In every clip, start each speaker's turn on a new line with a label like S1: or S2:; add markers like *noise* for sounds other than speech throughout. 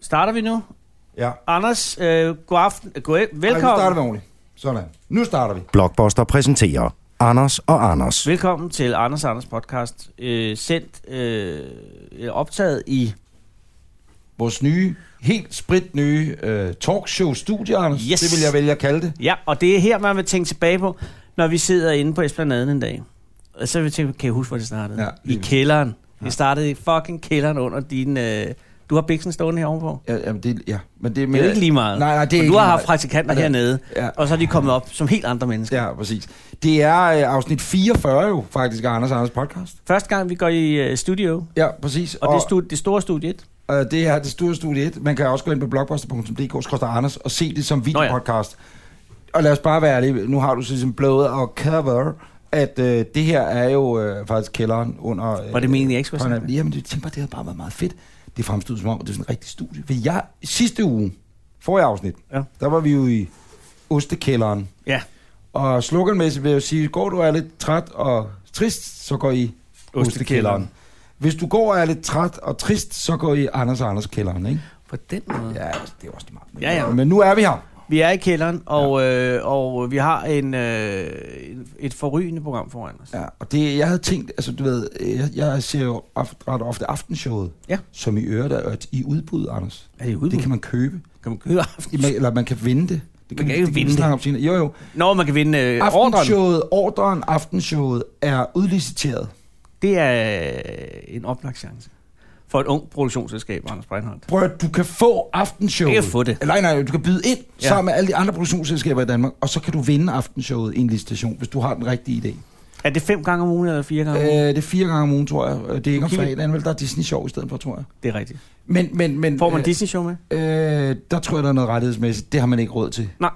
S1: Starter vi nu?
S2: Ja.
S1: Anders, øh, god aften. Øh, God, velkommen.
S2: Ej, nu starter vi ordentligt. Sådan. Nu starter vi.
S3: Blockbuster præsenterer Anders og Anders.
S1: Velkommen til Anders og Anders podcast, øh, sendt øh, eller optaget i...
S2: Vores nye, helt spritnye øh, talkshow-studie, Anders.
S1: Yes.
S2: Det vil jeg vælge at kalde det.
S1: Ja, og det er her, man vil tænke tilbage på, når vi sidder inde på Esplanaden en dag. Og så vil jeg tænke, kan jeg huske, hvor det startede?
S2: Ja,
S1: I
S2: lige-
S1: kælderen. Det startede i fucking kælderen under din... Øh, du har biksen stående herovre på.
S2: Ja, jamen, det, ja. Men det, er
S1: Men det er ikke lige meget.
S2: Nej, nej, det er
S1: For
S2: ikke
S1: du har
S2: lige
S1: haft
S2: meget.
S1: praktikanter
S2: Ja.
S1: hernede,
S2: Ja.
S1: og så er de kommet op som helt andre mennesker.
S2: Ja, præcis. Det er øh, afsnit 44 jo, faktisk, af Anders og Anders podcast.
S1: Første gang, vi går i øh, studio,
S2: Ja, præcis.
S1: og, og det, er stu- det store studie et.
S2: øh, det er det store studie 1. Man kan også gå ind på blogposter.dk, Anders, og se det som videopodcast. Og lad os bare være ærlige. Nu har du så ligesom blået og cover, at øh, det her er jo øh, faktisk kælderen under... Øh,
S1: Var det meningen, jeg ikke skulle
S2: Grønland.
S1: sige det?
S2: Jamen, det, tænk bare, det havde bare været meget fedt. Det fremstod som om, at det er sådan en rigtig studie. For jeg, sidste uge, forrige afsnit,
S1: Ja.
S2: ja. der var vi jo i Ostekælderen.
S1: Ja.
S2: Og sloganmæssigt vil jeg jo sige, går du og er lidt træt og trist, så går I Ostekælderen. Hvis du går og er lidt træt og trist, så går I Anders og Anders kælderen, ikke?
S1: På den måde.
S2: Ja, altså, det er også lige meget. Men,
S1: Ja, ja.
S2: men nu er vi her.
S1: Vi er i kælderen, og, øh, og vi har en, øh, en- et forrygende program foran os.
S2: Ja, og det, jeg havde tænkt, altså du ved, jeg, jeg ser jo of, ret ofte aftenshowet,
S1: Ja.
S2: som i øvrigt er et- i udbud, Anders.
S1: Er det ude?
S2: Det kan man købe,
S1: kan man købe aften.
S2: Man- eller man kan vinde det. Det
S1: kan ikke
S2: det kan
S1: vinde
S2: vi snakke om senere. Jo, jo.
S1: Nå, man kan vinde øh, ordren.
S2: Aftenshowet, ordren, aftenshowet er udliciteret.
S1: Det er øh, en oplagt chance for et ungt produktionsselskab, Anders Breinholt.
S2: Prøv at du kan få aftenshowet.
S1: Jeg kan få det.
S2: Nej, nej, du kan byde ind
S1: Ja.
S2: ja. sammen med alle de andre produktionsselskaber i Danmark, og så kan du vinde aftenshowet i en licitation, hvis du har den rigtige idé.
S1: Er det fem gange om ugen eller fire gange om
S2: Øh,
S1: ugen?
S2: det er fire gange om ugen, tror jeg. Øh, Det er ikke om
S1: Okay.
S2: fredagen, vel? Der er Disney-show i stedet for, tror jeg.
S1: Det er rigtigt.
S2: Men, men, men,
S1: Får man
S2: øh,
S1: Disney-show med?
S2: Øh, der tror jeg, der er noget rettighedsmæssigt. Det har man ikke råd til.
S1: Nej.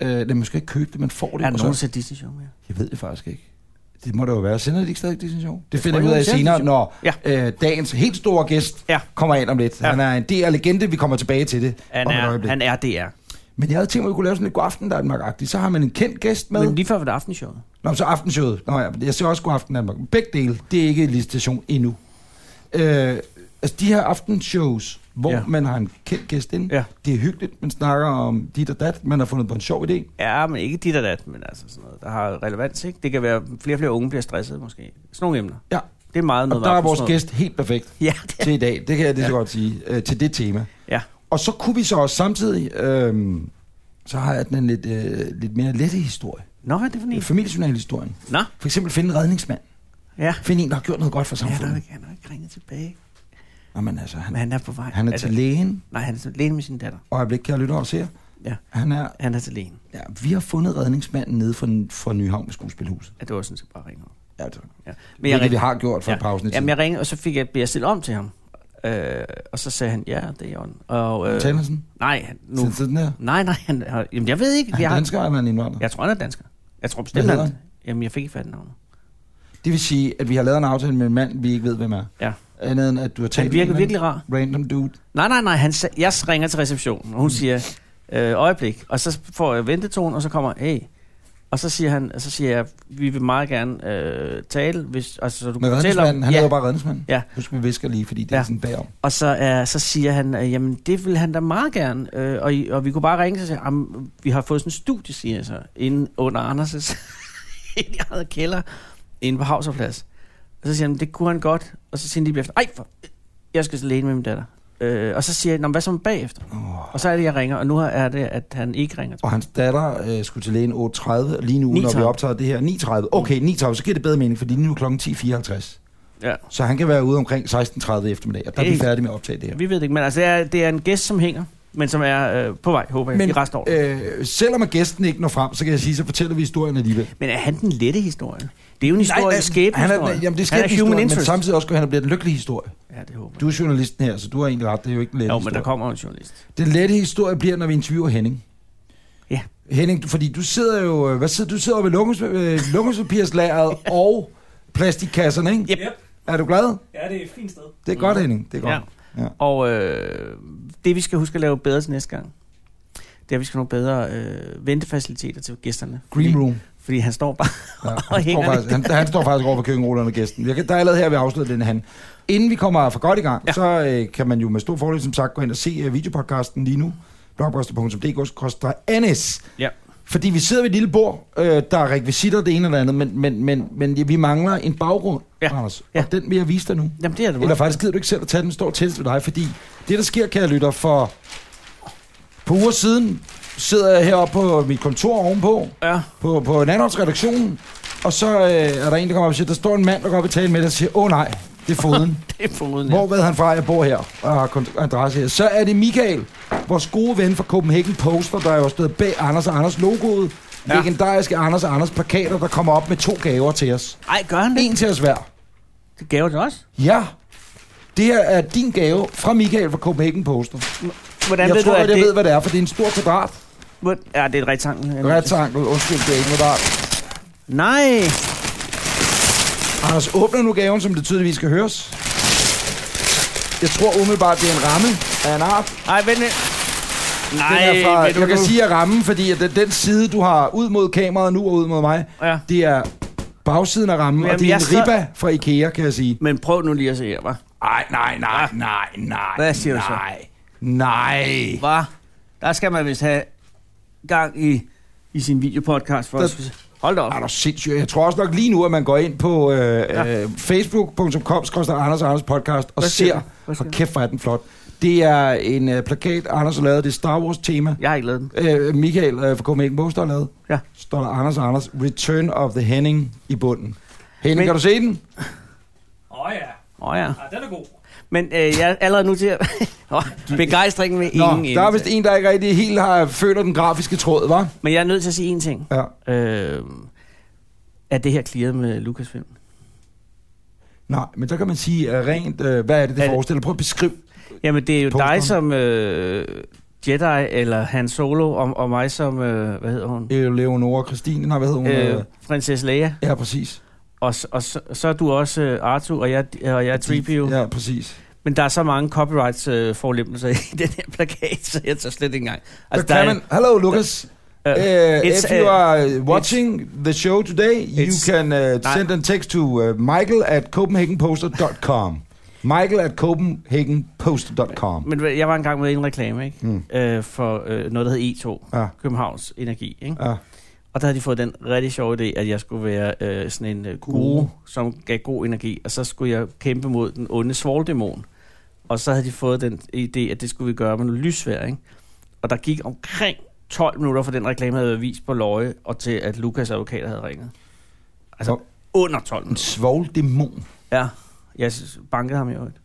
S2: Øh, det er måske ikke købe det, man får det.
S1: Er der
S2: og så-
S1: nogen, der ser Disney-show med?
S2: Jeg ved det faktisk ikke. Det må det jo være. Sender de ikke stadig Disney Show? Det
S1: tror
S2: finder vi ud
S1: ikke, de
S2: af
S1: sender
S2: senere,
S1: Disney
S2: når ja. øh, dagens helt store gæst
S1: Ja.
S2: ja. kommer ind om lidt.
S1: Ja.
S2: Ja. Han er en del af legende, vi kommer tilbage til det
S1: Han
S2: om et
S1: er,
S2: øjeblik.
S1: han er DR.
S2: Men jeg havde tænkt mig, at vi kunne lave sådan et god aften Danmark -agtigt. Så har man en kendt gæst med.
S1: Men
S2: Men...
S1: lige før var det aftenshowet.
S2: Nå, men så aftenshowet. Nå ja, men jeg ser også god aften Danmark. Begge dele, det er ikke en licitation endnu. Øh, altså de her aftenshows, hvor
S1: Ja.
S2: ja. man har en kendt gæst ind,
S1: Ja.
S2: det er hyggeligt. Man snakker om dit og dat. Man har fundet på en sjov idé.
S1: Ja, men ikke dit og dat, men altså sådan noget, der har relevans, ikke? Det kan være, flere og flere unge bliver stresset, måske. Sådan nogle emner.
S2: Ja.
S1: Det er meget
S2: Og
S1: noget
S2: der er
S1: med
S2: vores
S1: aftensmad.
S2: gæst helt perfekt
S1: *laughs* Ja, det er,
S2: til i dag. Det kan jeg lige så godt sige. Øh, til det tema.
S1: ja.
S2: Og så kunne vi så også samtidig... Øh, så har jeg den en lidt, øh, lidt mere lette historie.
S1: Nå, hvad er det for en?
S2: Familiejournalhistorien.
S1: Nå,
S2: For eksempel finde en redningsmand.
S1: ja.
S2: Finde en, der har gjort noget godt for
S1: Ja, der er,
S2: samfundet.
S1: ikke- han har ikke ringet tilbage.
S2: Ja, men altså, han,
S1: Men han er på vej.
S2: han er
S1: Altså,
S2: til lægen.
S1: Nej, han er til lægen med sin datter.
S2: Og jeg bliver kære lytter og ser.
S1: Ja.
S2: Han er,
S1: Han er til lægen.
S2: ja, vi har fundet redningsmanden nede fra, fra Nyhavn ved skuespilhuset.
S1: Ja, det var sådan set bare ringer.
S2: Ja, det,
S1: Ja.
S2: men jeg, det, vi
S1: ringede-
S2: har gjort for ja,
S1: ja.
S2: et par afsnit
S1: Jamen, jeg ringede, og så fik jeg, blev jeg stillet om til ham. Øh, og så sagde han, ja, det er Jørgen. Og, øh,
S2: Tændersen?
S1: nej, han- nu,
S2: Nu. Sådan der. Er
S1: nej, nej, han, har- jamen, jeg ved ikke.
S2: han
S1: Jeg, har,
S2: dansker, eller er han indvandrer?
S1: jeg tror, han er dansker. Jeg tror bestemt,
S2: hedder
S1: han, jamen, jeg fik ikke fat i navnet.
S2: Det vil sige, at vi har lavet en aftale med en mand, vi ikke ved, hvem er.
S1: Ja.
S2: Andet end, at du har talt
S1: Han virker
S2: med en
S1: virkelig rar.
S2: Random dude.
S1: Nej, nej, nej. Han, sa- jeg ringer til receptionen, og hun siger, øh, øjeblik. Og så får jeg ventetone, og så kommer, hey. Og så siger, han, og så siger jeg, vi vil meget gerne øh, tale, hvis, altså, så du
S2: Men
S1: kan fortælle om...
S2: redningsmanden, han
S1: ja.
S2: hedder bare redningsmanden.
S1: Ja.
S2: Husk, vi visker lige, fordi det er
S1: Ja.
S2: sådan bagom.
S1: Og så, øh, så siger han, øh, jamen det vil han da meget gerne. Øh, og, I- og vi kunne bare ringe, så siger han, "Jamen, vi har fået sådan en studie, siger jeg så, inde under Anders' *laughs* inde i eget kælder, inde på Havserplads. Og så siger han, det kunne han godt. Og så siger han lige bagefter, ej, for, jeg skal så læne med min datter. Øh, og så siger jeg, "Nå, men hvad så med bagefter?
S2: Oh.
S1: Og så er det, jeg ringer, og nu er det, at han ikke ringer.
S2: Og hans datter øh, skulle til lægen 8.30, og lige nu,
S1: 9:30.
S2: når vi optager det her, 9.30. Okay,
S1: Mm.
S2: 9.30, så giver det bedre mening, fordi lige nu er klokken 10.54.
S1: Ja.
S2: Så han kan være ude omkring 16.30 i eftermiddag, og der er vi
S1: Ikke.
S2: færdige med at optage det her.
S1: Vi ved det ikke, men altså, det er, det er en gæst, som hænger, men som er øh, på vej, håber jeg, men, i resten af året. Øh,
S2: øh, selvom at gæsten ikke når frem, så kan jeg sige, så fortæller vi historien alligevel. altså,
S1: men er han den lette historie? Det er jo en historie, nej, skæbne
S2: han er, jamen, det er
S1: han er
S2: skæbnehistorien,
S1: human
S2: men
S1: interest.
S2: samtidig også, at han bliver den lykkelige historie.
S1: Ja, det håber jeg.
S2: Du er journalisten her, så du har egentlig ret. Det er jo ikke en let
S1: Jo, men
S2: historie.
S1: der kommer en journalist.
S2: Den lette historie bliver, når vi interviewer Henning.
S1: Ja.
S2: Henning, du- fordi du sidder jo... øh, Hvad sidder du? Du sidder jo ved lungens, øh,
S1: *laughs*
S2: lungespapirslageret ja. og plastikkasserne, ikke?
S1: Yep.
S2: Er du glad?
S4: Ja, det er et fint sted.
S2: Det er godt, Henning. Det er godt.
S1: Ja.
S2: Ja.
S1: Og øh, det, vi skal huske at lave bedre til næste gang, det er, at vi skal have nogle bedre øh, ventefaciliteter til gæsterne.
S2: Green
S1: *laughs*
S2: room.
S1: Fordi han står bare ja, og
S2: Han står,
S1: hænger
S2: faktisk,
S1: lidt.
S2: han, han står faktisk over for køkkenrullerne med gæsten. Jeg kan, der er allerede her, vi afslører den han. Inden vi kommer for godt i gang, ja.
S1: Ja.
S2: så øh, kan man jo med stor fordel, som sagt, gå ind og se uh, videopodcasten lige nu. blogposter.dk-anes.
S1: Ja.
S2: Fordi vi sidder ved et lille bord, øh, der er rekvisitter det ene eller andet, men, men, men, men ja, vi mangler en baggrund, ja.
S1: Ja.
S2: Anders. Ja.
S1: Ja.
S2: Og den vil jeg vise dig nu.
S1: Jamen, det er det
S2: Eller
S1: godt.
S2: faktisk gider du ikke selv at tage den, står tættest ved dig, fordi det, der sker, kære lytter, for på uger siden sidder jeg heroppe på mit kontor ovenpå,
S1: Ja.
S2: på, på Nanholms redaktionen, og så øh, er der en, der kommer op og siger, der står en mand, der går op og taler med dig og siger, åh oh, nej, det er
S1: *laughs*
S2: foden.
S1: Det er foruden, ja.
S2: Hvor ved han fra, jeg bor her og har kont- adresse her. Så er det Michael, vores gode ven fra Copenhagen Poster, der er jo stået bag Anders og Anders logoet. Ja.
S1: Ja.
S2: Legendariske Anders og Anders plakater, der kommer op med to gaver til os.
S1: Ej, gør han det?
S2: En til os hver.
S1: Det gav det også.
S2: Ja, det her er din gave fra Michael fra Copenhagen Poster.
S1: Hvordan
S2: Jeg
S1: ved
S2: tror,
S1: du, at
S2: at jeg
S1: det...
S2: ved, hvad det er, for det er en stor kvadrat.
S1: Hvor- Ja, det er et rektangel. jeg er nødt til-
S2: Rektangel, undskyld, det er ikke en kvadrat.
S1: Nej.
S2: Anders åbner nu gaven, som det tydeligvis skal høres. Jeg tror umiddelbart, det er en ramme af en art.
S1: Ej, vent lidt.
S2: Den
S1: Nej,
S2: er fra,
S1: vil du
S2: jeg kan
S1: nu?
S2: sige, at rammen, fordi at den, den side, du har ud mod kameraet nu og ud mod mig,
S1: Ja.
S2: det er bagsiden af rammen, Jamen, og
S1: Jamen,
S2: det er en
S1: jeg så-
S2: ribba fra Ikea, kan jeg sige. Ah.
S1: Men prøv nu lige at se her, hva'?
S2: Ej, nej, nej, nej, nej,
S1: Hvad siger du så?
S2: nej, nej.
S1: Hva? Der skal man vist have gang i, i sin videopodcast for
S2: Der-
S1: os. Hold da op.
S2: Er du sindssygt? Jeg tror også nok lige nu, at man går ind på øh, ja. øh, facebook.com skrøster Anders og Anders podcast og
S1: Hvad siger
S2: ser,
S1: du? Hvad
S2: for
S1: siger du?
S2: kæft hvor er den flot. Det er en øh, plakat, Anders har lavet, det er Star Wars tema.
S1: Jeg har ikke lavet den.
S2: Øh, Michael øh, fra Copenhagen Post har lavet.
S1: Ja.
S2: Står der Anders og Anders, Return of the Henning i bunden. Henning, Men...
S1: Men-
S2: kan du se den?
S4: Åh oh, ja.
S1: Åh oh, ja.
S4: ja, den er god.
S1: Men øh, jeg er allerede nu til at... *laughs* Åh, Begejstringen med
S2: Nå,
S1: ingen ende.
S2: der er vist en, der ikke rigtig helt har, føler den grafiske tråd, var?
S1: Men jeg er nødt til at sige en ting.
S2: Ja.
S1: Øh, er det her clearet med Lucasfilm?
S2: Nej, men så kan man sige uh, rent, uh, hvad er det, det
S1: Er det-
S2: forestiller? Prøv at beskrive.
S1: Jamen, det er jo
S2: Posteren.
S1: dig som øh, Jedi, eller Han Solo, og, og mig som... Øh, hvad hedder hun?
S2: Øh, Leonora Christine, nej, hvad hedder hun? Øh.
S1: Øh, prinsesse Leia.
S2: Ja, præcis.
S1: Og, s- og så, så er du også øh, Artu, og jeg, og jeg er 3PO. Ja.
S2: Ja, præcis.
S1: Men der er så mange copyrights øh, forlempelser i *laughs* den her plakat, så jeg tager slet ikke engang.
S2: Altså,
S1: der
S2: kan man, hello Lucas,
S1: er, øh,
S2: uh,
S1: it's,
S2: if you
S1: uh,
S2: are watching the show today, you
S1: it's-
S2: can uh,
S1: nej.
S2: send a text to uh, michael at copenhagenposter.com. michael at copenhagenposter.com.
S1: men ved- jeg var engang med i en reklame, ikke?
S2: Mm.
S1: Øh, for øh, noget, der hed E2,
S2: Ja.
S1: ja. Københavns Energi, ikke?
S2: Ja.
S1: Og der havde de fået den rigtig sjove idé, at jeg skulle være øh, sådan en øh, guru, som gav god energi, og så skulle jeg kæmpe mod den onde svoldæmon. Og så havde de fået den idé, at det skulle vi gøre med noget lysvær, ikke? Og der gik omkring 12 minutter, for den reklame havde været vist på løje, og til at Lukas advokat havde ringet. Altså, Øh,
S2: Nå.
S1: under 12
S2: En
S1: minutter.
S2: svogl dæmon.
S1: Ja, jeg s- bankede ham i øvrigt.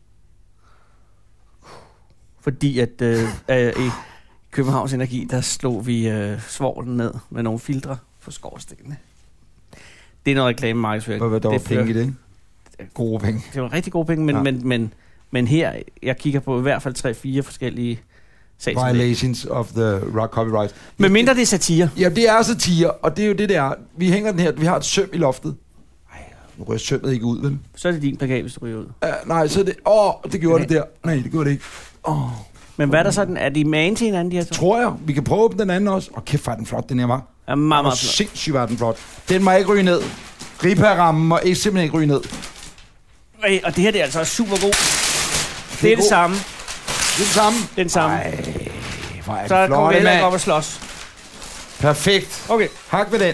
S1: Fordi at øh, *laughs* øh, i Københavns Energi, der slog vi øh, svovlen ned med nogle filtre på skorstenene. Det er noget reklame markedsføring.
S2: Hvad var der var
S1: det, fører-
S2: penge i det? Gode penge.
S1: det var rigtig gode penge, men,
S2: Ja.
S1: ja. men, men, men her, jeg kigger på i hvert fald 3-4 forskellige sager.
S2: Violations of the rock copyright.
S1: Men mindre det er satire.
S2: Ja, det er satire, og det er jo det, det er. Vi hænger den her, vi har et søm i loftet. Ej, nu rører sømmet ikke ud, vel?
S1: Så er det din plakat, hvis du ryger ud.
S2: Uh, nej, så er det... Åh, oh, det gjorde det der. Nej, det gjorde det ikke. Åh. Oh.
S1: Men hvad er der sådan? Er de man til hinanden, de her to?
S2: Tror jeg. Vi kan prøve at åbne den anden også. Og kæft, hvor er den flot, den her var.
S1: Ja, meget,
S2: Hvor
S1: meget flot.
S2: sindssygt var den flot. Den må ikke ryge ned. Ripa-rammen må ikke, simpelthen ikke ryge ned.
S1: Ej, Og det her det er altså også super god.
S2: er
S1: Det er
S2: god.
S1: det samme.
S2: Det er den samme.
S1: Det er den samme.
S2: Ej, hvor er
S1: Så
S2: den
S1: kommer vi
S2: flot,
S1: heller op
S2: mand.
S1: og slås.
S2: Perfekt.
S1: Okay.
S2: Hak ved den.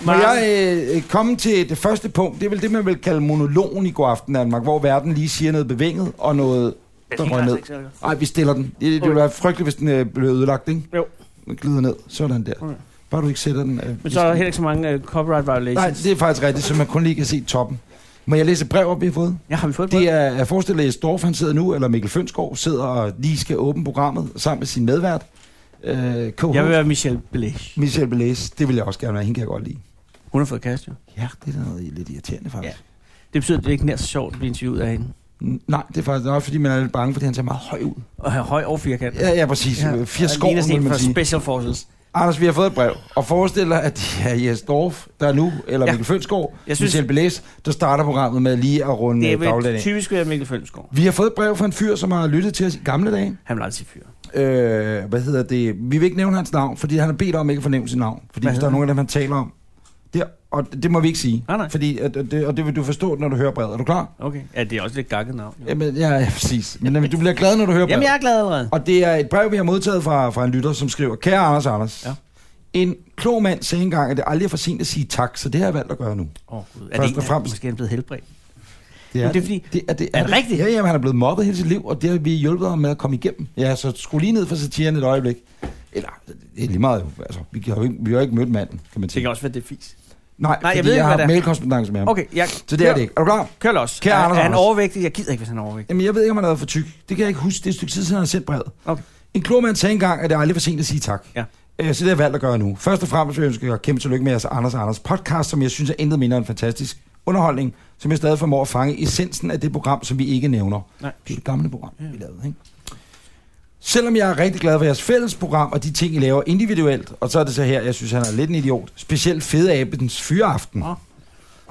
S2: Må
S1: Martin.
S2: jeg øh, øh, komme til det første punkt? Det er vel det, man vil kalde monologen i går aften, Danmark, hvor verden lige siger noget bevinget og noget, der røg ned. Nej, vi stiller den. Det, det ville
S1: Okay.
S2: være frygteligt, hvis den øh, blev ødelagt, ikke?
S1: Jo.
S2: Den glider ned. Sådan der.
S1: Okay.
S2: Bare du ikke sætter den. Øh,
S1: Men så er der heller ikke så mange uh, copyright
S2: Nej,
S1: violations.
S2: det er faktisk rigtigt, så man kun lige kan se toppen. Må jeg læse et brev op, vi har fået?
S1: Ja, har vi fået
S2: Det er, jeg forestiller at Storff, han sidder nu, eller Mikkel Fønsgaard sidder og lige skal åbne programmet sammen med sin medvært. Øh, co
S1: Jeg vil være Michelle Belæs.
S2: Michel Belæs, det vil jeg også gerne være, hende kan jeg godt lide.
S1: Hun har fået kæreste, jo.
S2: Ja, det er da noget lidt irriterende faktisk. Ja.
S1: Det betyder, at det ikke er nær så sjovt at blive interviewet af hende.
S2: Nej, det er faktisk også, fordi man er lidt bange, fordi han ser meget høj ud.
S1: Og have høj og firkant.
S2: Ja, ja, præcis. Ja.
S1: Ja,
S2: Fire
S1: og ligner sådan
S2: skår,
S1: en
S2: vil man
S1: fra
S2: sige.
S1: Special Forces.
S2: Anders, vi har fået et brev, og forestiller, at det er Jes Dorf, der er nu,
S1: Ja.
S2: eller ja. Mikkel Fønsgaard,
S1: Jeg
S2: jeg
S1: synes-
S2: synes, Michel Belæs, der starter programmet med lige at runde
S1: Det er
S2: øh, dagligdagen.
S1: vel
S2: af.
S1: typisk ved Mikkel Følsgaard.
S2: Vi har fået et brev fra en fyr, som har lyttet til os i gamle dage.
S1: Han vil altid fyre.
S2: Øh, hvad hedder det? Vi vil ikke nævne hans navn, fordi han har bedt om ikke at fornævne sit navn. Fordi
S1: Hvad
S2: hvis
S1: hedder
S2: der er nogen af dem, han taler om. Det, og det må vi ikke sige.
S1: Nej, nej.
S2: Fordi, at, at det, og det vil du forstå, når du hører brevet. Er du klar?
S1: Okay. Ja, det er også lidt gakket navn. Jo.
S2: Jamen, ja, ja præcis. Men jamen, du bliver glad, når du hører brevet.
S1: Jamen, jeg er glad allerede.
S2: Og det er et brev, vi har modtaget fra, fra en lytter, som skriver, Kære Anders og Anders,
S1: Ja.
S2: en klog mand sagde engang, at det aldrig er for sent at sige tak, så det har jeg valgt at gøre nu.
S1: Åh, Gud. Er det
S2: Først
S1: ikke,
S2: og fremmest-
S1: Måske er han blevet helbredt.
S2: Det
S1: Men det er fordi-
S2: det, er, det,
S1: Er det rigtigt?
S2: Ja, jamen, han er blevet mobbet hele sit liv, og det har vi hjulpet ham med at komme igennem. Ja, så skru lige ned for satiren et øjeblik. Eller, det er lige meget jo. Altså, vi har jo ikke, vi har jo ikke mødt manden, kan man
S1: Det kan
S2: sige.
S1: også være det er fis.
S2: Nej,
S1: jeg
S2: fordi
S1: ved ikke,
S2: jeg
S1: hvad
S2: har
S1: det er.
S2: mailkorrespondance med ham.
S1: Okay, jeg
S2: Så det er det ikke. Er du klar?
S1: kører los.
S2: Kære
S1: er,
S2: Anders
S1: er han
S2: Anders.
S1: overvægtig? Jeg gider ikke, hvis han er overvægtig.
S2: Jamen, jeg ved ikke, om han har været for tyk. Det kan jeg ikke huske. Det er et stykke tid siden, han har sendt brevet.
S1: Okay.
S2: En klog mand sagde engang, at det er aldrig for sent at sige tak.
S1: Ja.
S2: Øh, Så det har jeg valgt at gøre nu. Først og fremmest vil jeg ønske jer kæmpe tillykke med jeres Anders og Anders podcast, som jeg synes er intet mindre end fantastisk underholdning, som jeg stadig formår at fange essensen af det program, som vi ikke nævner.
S1: Nej.
S2: Det er det gamle program, vi lavede, ikke? Selvom jeg er rigtig glad for jeres fælles program og de ting, I laver individuelt, og så er det så her, jeg synes, han er lidt en idiot, specielt fedeabens fyraften,
S1: Nå.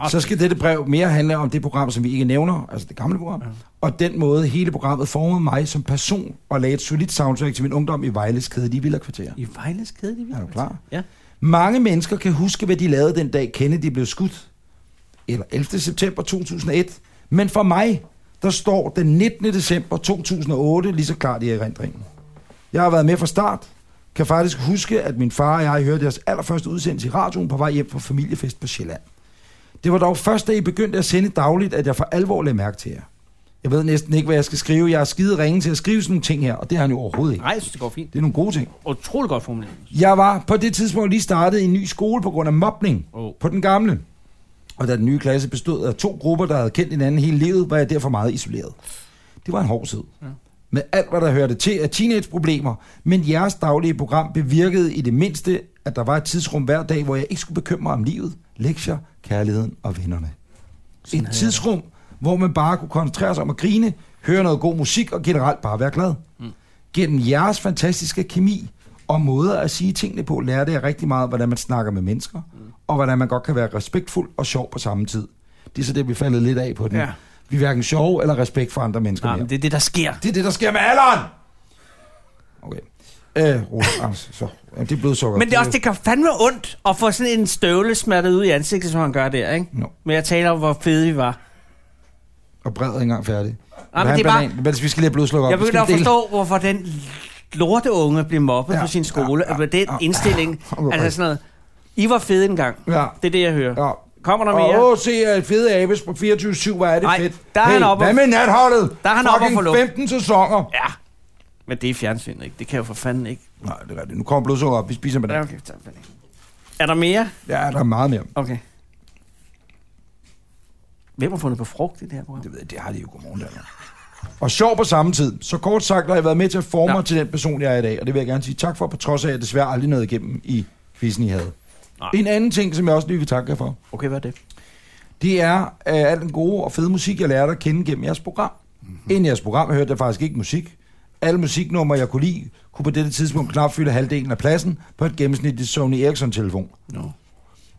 S2: så skal dette brev mere handle om det program, som vi ikke nævner, altså det gamle program, og den måde hele programmet formede mig som person og lagde et solidt soundtrack til min ungdom i Vejles kedelige villakvarter.
S1: I Vejles kedelige
S2: Er du klar?
S1: Ja.
S2: Mange mennesker kan huske, hvad de lavede den dag Kennedy blev skudt, eller 11. september 2001, men for mig, der står den 19. december 2008 lige så klart i erindringen. Jeg har været med fra start, kan faktisk huske, at min far og jeg hørte jeres allerførste udsendelse i radioen på vej hjem fra familiefest på Sjælland. Det var dog først, da I begyndte at sende dagligt, at jeg for alvor lagde mærke til jer. Jeg ved næsten ikke, hvad jeg skal skrive. Jeg er skide ringe til at skrive sådan nogle ting her, og det har han jo overhovedet ikke.
S1: Nej, jeg synes, det går fint.
S2: Det er nogle gode ting.
S1: Utrolig godt formuleret.
S2: Jeg var på det tidspunkt lige startet i en ny skole på grund af mobning
S1: Åh.
S2: oh. på den gamle. Og da den nye klasse bestod af to grupper, der havde kendt hinanden hele livet, var jeg derfor meget isoleret. Det var en hård tid. Ja. Med alt, hvad der hørte til af teenageproblemer, men jeres daglige program bevirkede i det mindste, at der var et tidsrum hver dag, hvor jeg ikke skulle bekymre mig om livet, lektier, kærligheden og vennerne. Et tidsrum, hvor man bare kunne koncentrere sig om at grine, høre noget god musik og generelt bare være glad.
S1: Mm.
S2: Gennem jeres fantastiske kemi og måder at sige tingene på, lærte jeg rigtig meget, hvordan man snakker med mennesker,
S1: Mm.
S2: og hvordan man godt kan være respektfuld og sjov på samme tid. Det er så det, vi faldet lidt af på den.
S1: Ja.
S2: Ja. Vi er hverken sjove eller respekt for andre mennesker.
S1: Nej,
S2: mere.
S1: men det er det, der sker.
S2: Det er det, der sker med alderen! Okay. Øh, rolig, Anders, så. Jamen, det er blodsukker.
S1: Men det, er også, det kan fandme ondt at få sådan en støvle smattet ud i ansigtet, som han gør der, ikke?
S2: Nå.
S1: Men jeg taler om, hvor fede vi var.
S2: Og brevet er ikke engang færdig.
S1: men
S2: Vil han
S1: det er bare-
S2: banan? Men vi skal lige have blodslukker op.
S1: Jeg
S2: Vi skal
S1: begynder at
S2: dele-
S1: forstå, hvorfor den lorte unge blev mobbet ja,
S2: Ja,
S1: på sin skole. Ja,
S2: ja,
S1: ja, den
S2: ja,
S1: indstilling.
S2: ja, okay.
S1: altså sådan noget. I var fede engang.
S2: Ja.
S1: Det er det, jeg hører.
S2: ja.
S1: Kommer der mere?
S2: Og åh, se at fede abes på 24-7, hvor er det
S1: Nej,
S2: fedt.
S1: der er
S2: hey,
S1: han oppe-
S2: Hvad med natholdet?
S1: Der er han oppe og få
S2: Fucking
S1: luft.
S2: 15 sæsoner.
S1: Ja. Men det er fjernsynet, ikke? Det kan jeg jo for fanden ikke.
S2: Nej, det er rigtigt. Nu kommer blodsukker op. Vi spiser med det.
S1: Ja, okay. tak for det. Er der mere?
S2: Ja, der er meget mere.
S1: Okay. Hvem har fundet på frugt i det her program?
S2: Det ved jeg, det har de jo godmorgen der. Og sjov på samme tid. Så kort sagt har jeg været med til at forme
S1: Ja.
S2: mig til den person, jeg er i dag. Og det vil jeg gerne sige tak for, på trods af, at jeg desværre aldrig nåede igennem i quizzen, I havde.
S1: Nej.
S2: En anden ting, som jeg også lige vil takke jer for,
S1: Okay, hvad er det?
S2: det er øh, al den gode og fede musik, jeg lærte at kende gennem jeres program.
S1: Mhm.
S2: Mm-hmm. Inden jeres program hørte jeg faktisk ikke musik. Alle musiknumre, jeg kunne lide, kunne på dette tidspunkt knap fylde halvdelen af pladsen på et gennemsnitligt Sony Ericsson-telefon.
S1: No.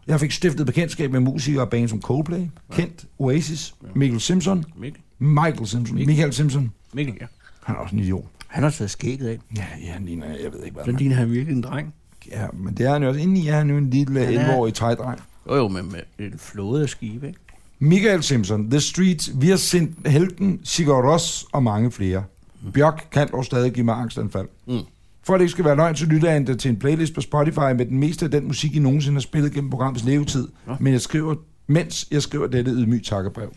S2: Jeg fik stiftet bekendtskab med musikere og bands som Coldplay, Kent, Oasis, Mikkel Simpson,
S1: Mikkel.
S2: Michael Simpson, Michael Simpson.
S1: Mikkel, ja.
S2: Han er også en idiot.
S1: Han har taget skægget af.
S2: Ja, ja, han ligner, jeg ved ikke hvad.
S1: Den
S2: Han,
S1: ligner han virkelig en dreng.
S2: ja, men det er han jo også. Indeni er han jo en lille
S1: Han er-
S2: 11-årig trædreng.
S1: Jo, jo, men med en flåde af skibe, ikke?
S2: Michael Simpson, The Streets, Vi har sendt Helten, Sigur Ros og mange flere. Bjørk kan dog stadig give mig angstanfald.
S1: Mm.
S2: For at det ikke skal være løgn, så lytter jeg endda til en playlist på Spotify med den meste af den musik, I nogensinde har spillet gennem programmets levetid.
S1: Nå.
S2: Men jeg skriver, mens jeg skriver dette ydmyge takkebrev.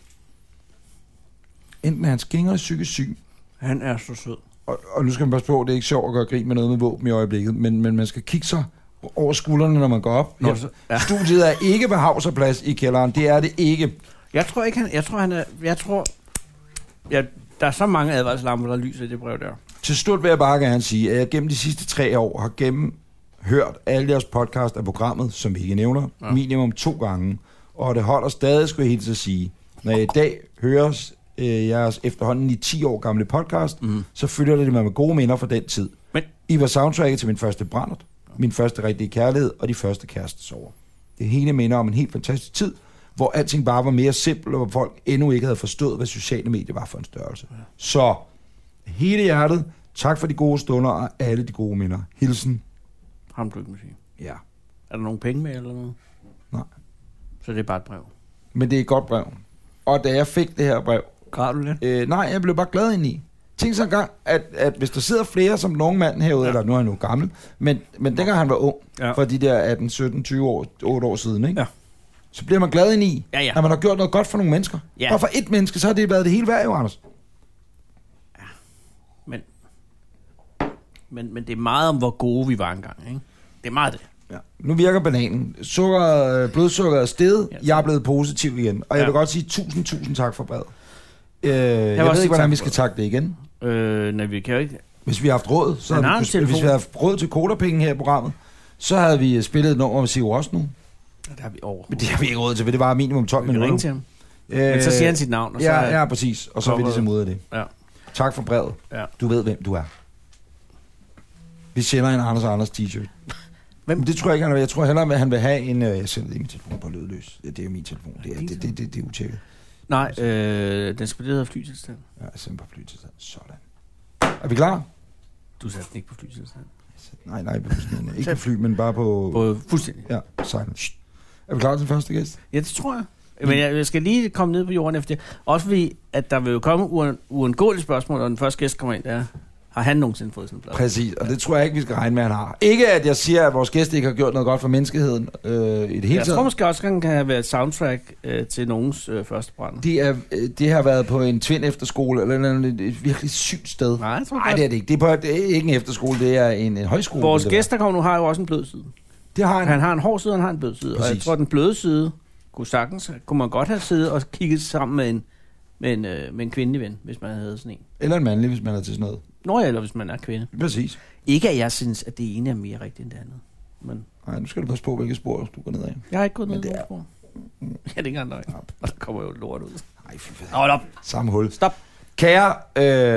S2: Enten er han skængere psykisk syg,
S1: Han er så sød.
S2: og, og nu skal man passe på, det er ikke sjovt at gøre grin med noget med våben i øjeblikket, men, men man skal kigge sig over skuldrene, når man går op.
S1: Nå,
S2: Nå,
S1: så- ja.
S2: ja. Studiet er ikke på havserplads i kælderen. Det er det ikke.
S1: Jeg tror ikke, han... Jeg tror, han er... Jeg tror... Jeg, der er så mange advarslamper, der lyser i det brev der.
S2: Til slut vil jeg bare gerne sige, at jeg gennem de sidste tre år har gennemhørt alle jeres podcast af programmet, som vi ikke nævner,
S1: Ja.
S2: ja. minimum to gange. Og det holder stadig, skulle jeg hilse at sige. Når jeg i dag hører øh, jeres efterhånden i 10 år gamle podcast, mm. så følger det mig med gode minder fra den tid.
S1: Men-
S2: I var soundtracket til min første brændert. Ja. min første rigtige kærlighed og de første kærestesover. Det hele minder om en helt fantastisk tid, hvor alting bare var mere simpelt, og hvor folk endnu ikke havde forstået, hvad sociale medier var for en størrelse. Så hele hjertet, tak for de gode stunder og alle de gode minder. Hilsen.
S1: Ham du ikke må sige.
S2: Ja.
S1: Er der nogen penge med eller noget?
S2: Nej.
S1: Så det er bare et brev.
S2: Men det er et godt brev. Og da jeg fik det her brev,
S1: Græd du lidt?
S2: Øh, nej, jeg blev bare glad ind i. Tænk så engang, at, at hvis der sidder flere som den unge mand herude, ja. eller nu er han jo gammel, men, men dengang han var ung,
S1: Ja.
S2: ja. for de der 18, 17, 20 år, 8 år siden, ikke?
S1: Ja.
S2: så bliver man glad ind i,
S1: Ja, ja.
S2: at man har gjort noget godt for nogle mennesker.
S1: Ja.
S2: Bare for et menneske, så har det været det hele værd, jo, Anders.
S1: Men, men, men det er meget om, hvor gode vi var engang, ikke? Det er meget det.
S2: Ja. Nu virker bananen. Sukker, øh, blodsukkeret er steget.
S1: Ja, tak.
S2: jeg er blevet positiv igen. Og jeg
S1: Ja.
S2: vil godt sige tusind, tusind tak for brevet. Øh, jeg
S1: også
S2: ved
S1: sige
S2: ikke, hvordan
S1: tak
S2: vi
S1: for
S2: skal
S1: brevet.
S2: takke det igen.
S1: Øh, nej, vi kan jo ikke...
S2: Hvis vi har haft råd, så
S1: Han
S2: havde
S1: har
S2: vi,
S1: en
S2: hvis
S1: telefon.
S2: vi havde haft råd til koderpenge her i programmet, så havde vi øh, spillet et nummer med Siv Ross nu.
S1: Der har vi overhovedet.
S2: Men det har vi ikke råd til, for det var minimum 12
S1: Vi kan
S2: minutter.
S1: ringe til ham.
S2: Øh,
S1: Men så siger han sit navn, og så...
S2: Ja, ja, præcis. Og så er vi
S1: Kommer-
S2: ligesom ude af det.
S1: Ja.
S2: Tak for brevet.
S1: Ja.
S2: Du ved, hvem du er. Vi sender en Anders og Anders t-shirt.
S1: *laughs* Hvem?
S2: Men det tror jeg ikke, han vil. Jeg tror hellere, at han vil have en... Øh, jeg sender lige min telefon på lydløs. Ja, Det er jo min telefon. Det er, det, det, det, det, det er utjekket.
S1: Nej, øh, den skulle det hedder flytilstand.
S2: Ja, jeg sender på flytilstand. Sådan. Er vi klar?
S1: Du satte den ikke på flytilstand.
S2: Nej, nej, på sådan en- ikke på fly, men bare på...
S1: Både fuldstændig.
S2: Ja, silence. Er vi klar til den første gæst?
S1: Ja, det tror jeg. Men jeg, jeg skal lige komme ned på jorden efter det. Også fordi, at der vil jo komme uan, uundgåelige spørgsmål, og den første gæst kommer ind, der er, har han nogensinde fået sådan en plade?
S2: Præcis, og det tror jeg ikke, vi skal regne med, han har. Ikke at jeg siger, at vores gæst ikke har gjort noget godt for menneskeheden øh, i det hele
S1: Jeg tror
S2: taget.
S1: måske også, at den kan have været et soundtrack øh, til nogens øh, første brænder.
S2: Det, er, øh, det har været på en tvind efterskole, eller, eller andet, et virkelig sygt sted.
S1: Nej, jeg tror
S2: Nej, det er det ikke. Det er, på, det er ikke en efterskole, det er en, en højskole.
S1: Vores
S2: vil det
S1: gæst, der kommer nu, har jo også en blød side.
S2: være. Det har
S1: Han
S2: han.
S1: har en hård side, og han har en blød side. Og jeg
S2: Præcis.
S1: tror, den bløde side kunne sagtens, kunne man godt have siddet og kigget sammen med en, med en, øh, med en kvindelig ven, hvis man havde sådan en.
S2: Eller en mandlig, hvis man er til sådan noget.
S1: Nå ja, eller hvis man er kvinde.
S2: Præcis.
S1: Ikke at jeg synes, at det ene er mere rigtigt end det andet. Men
S2: Nej, nu skal du passe på, hvilke spor du går ned af.
S1: jeg har ikke gået ned
S2: Men
S1: i
S2: det
S1: nogen spor. *laughs* Ja, det er ikke engang løgn. Og *laughs* der kommer jo lort ud.
S2: Nej, fy fanden.
S1: Hold op.
S2: Samme hul.
S1: Stop.
S2: Kære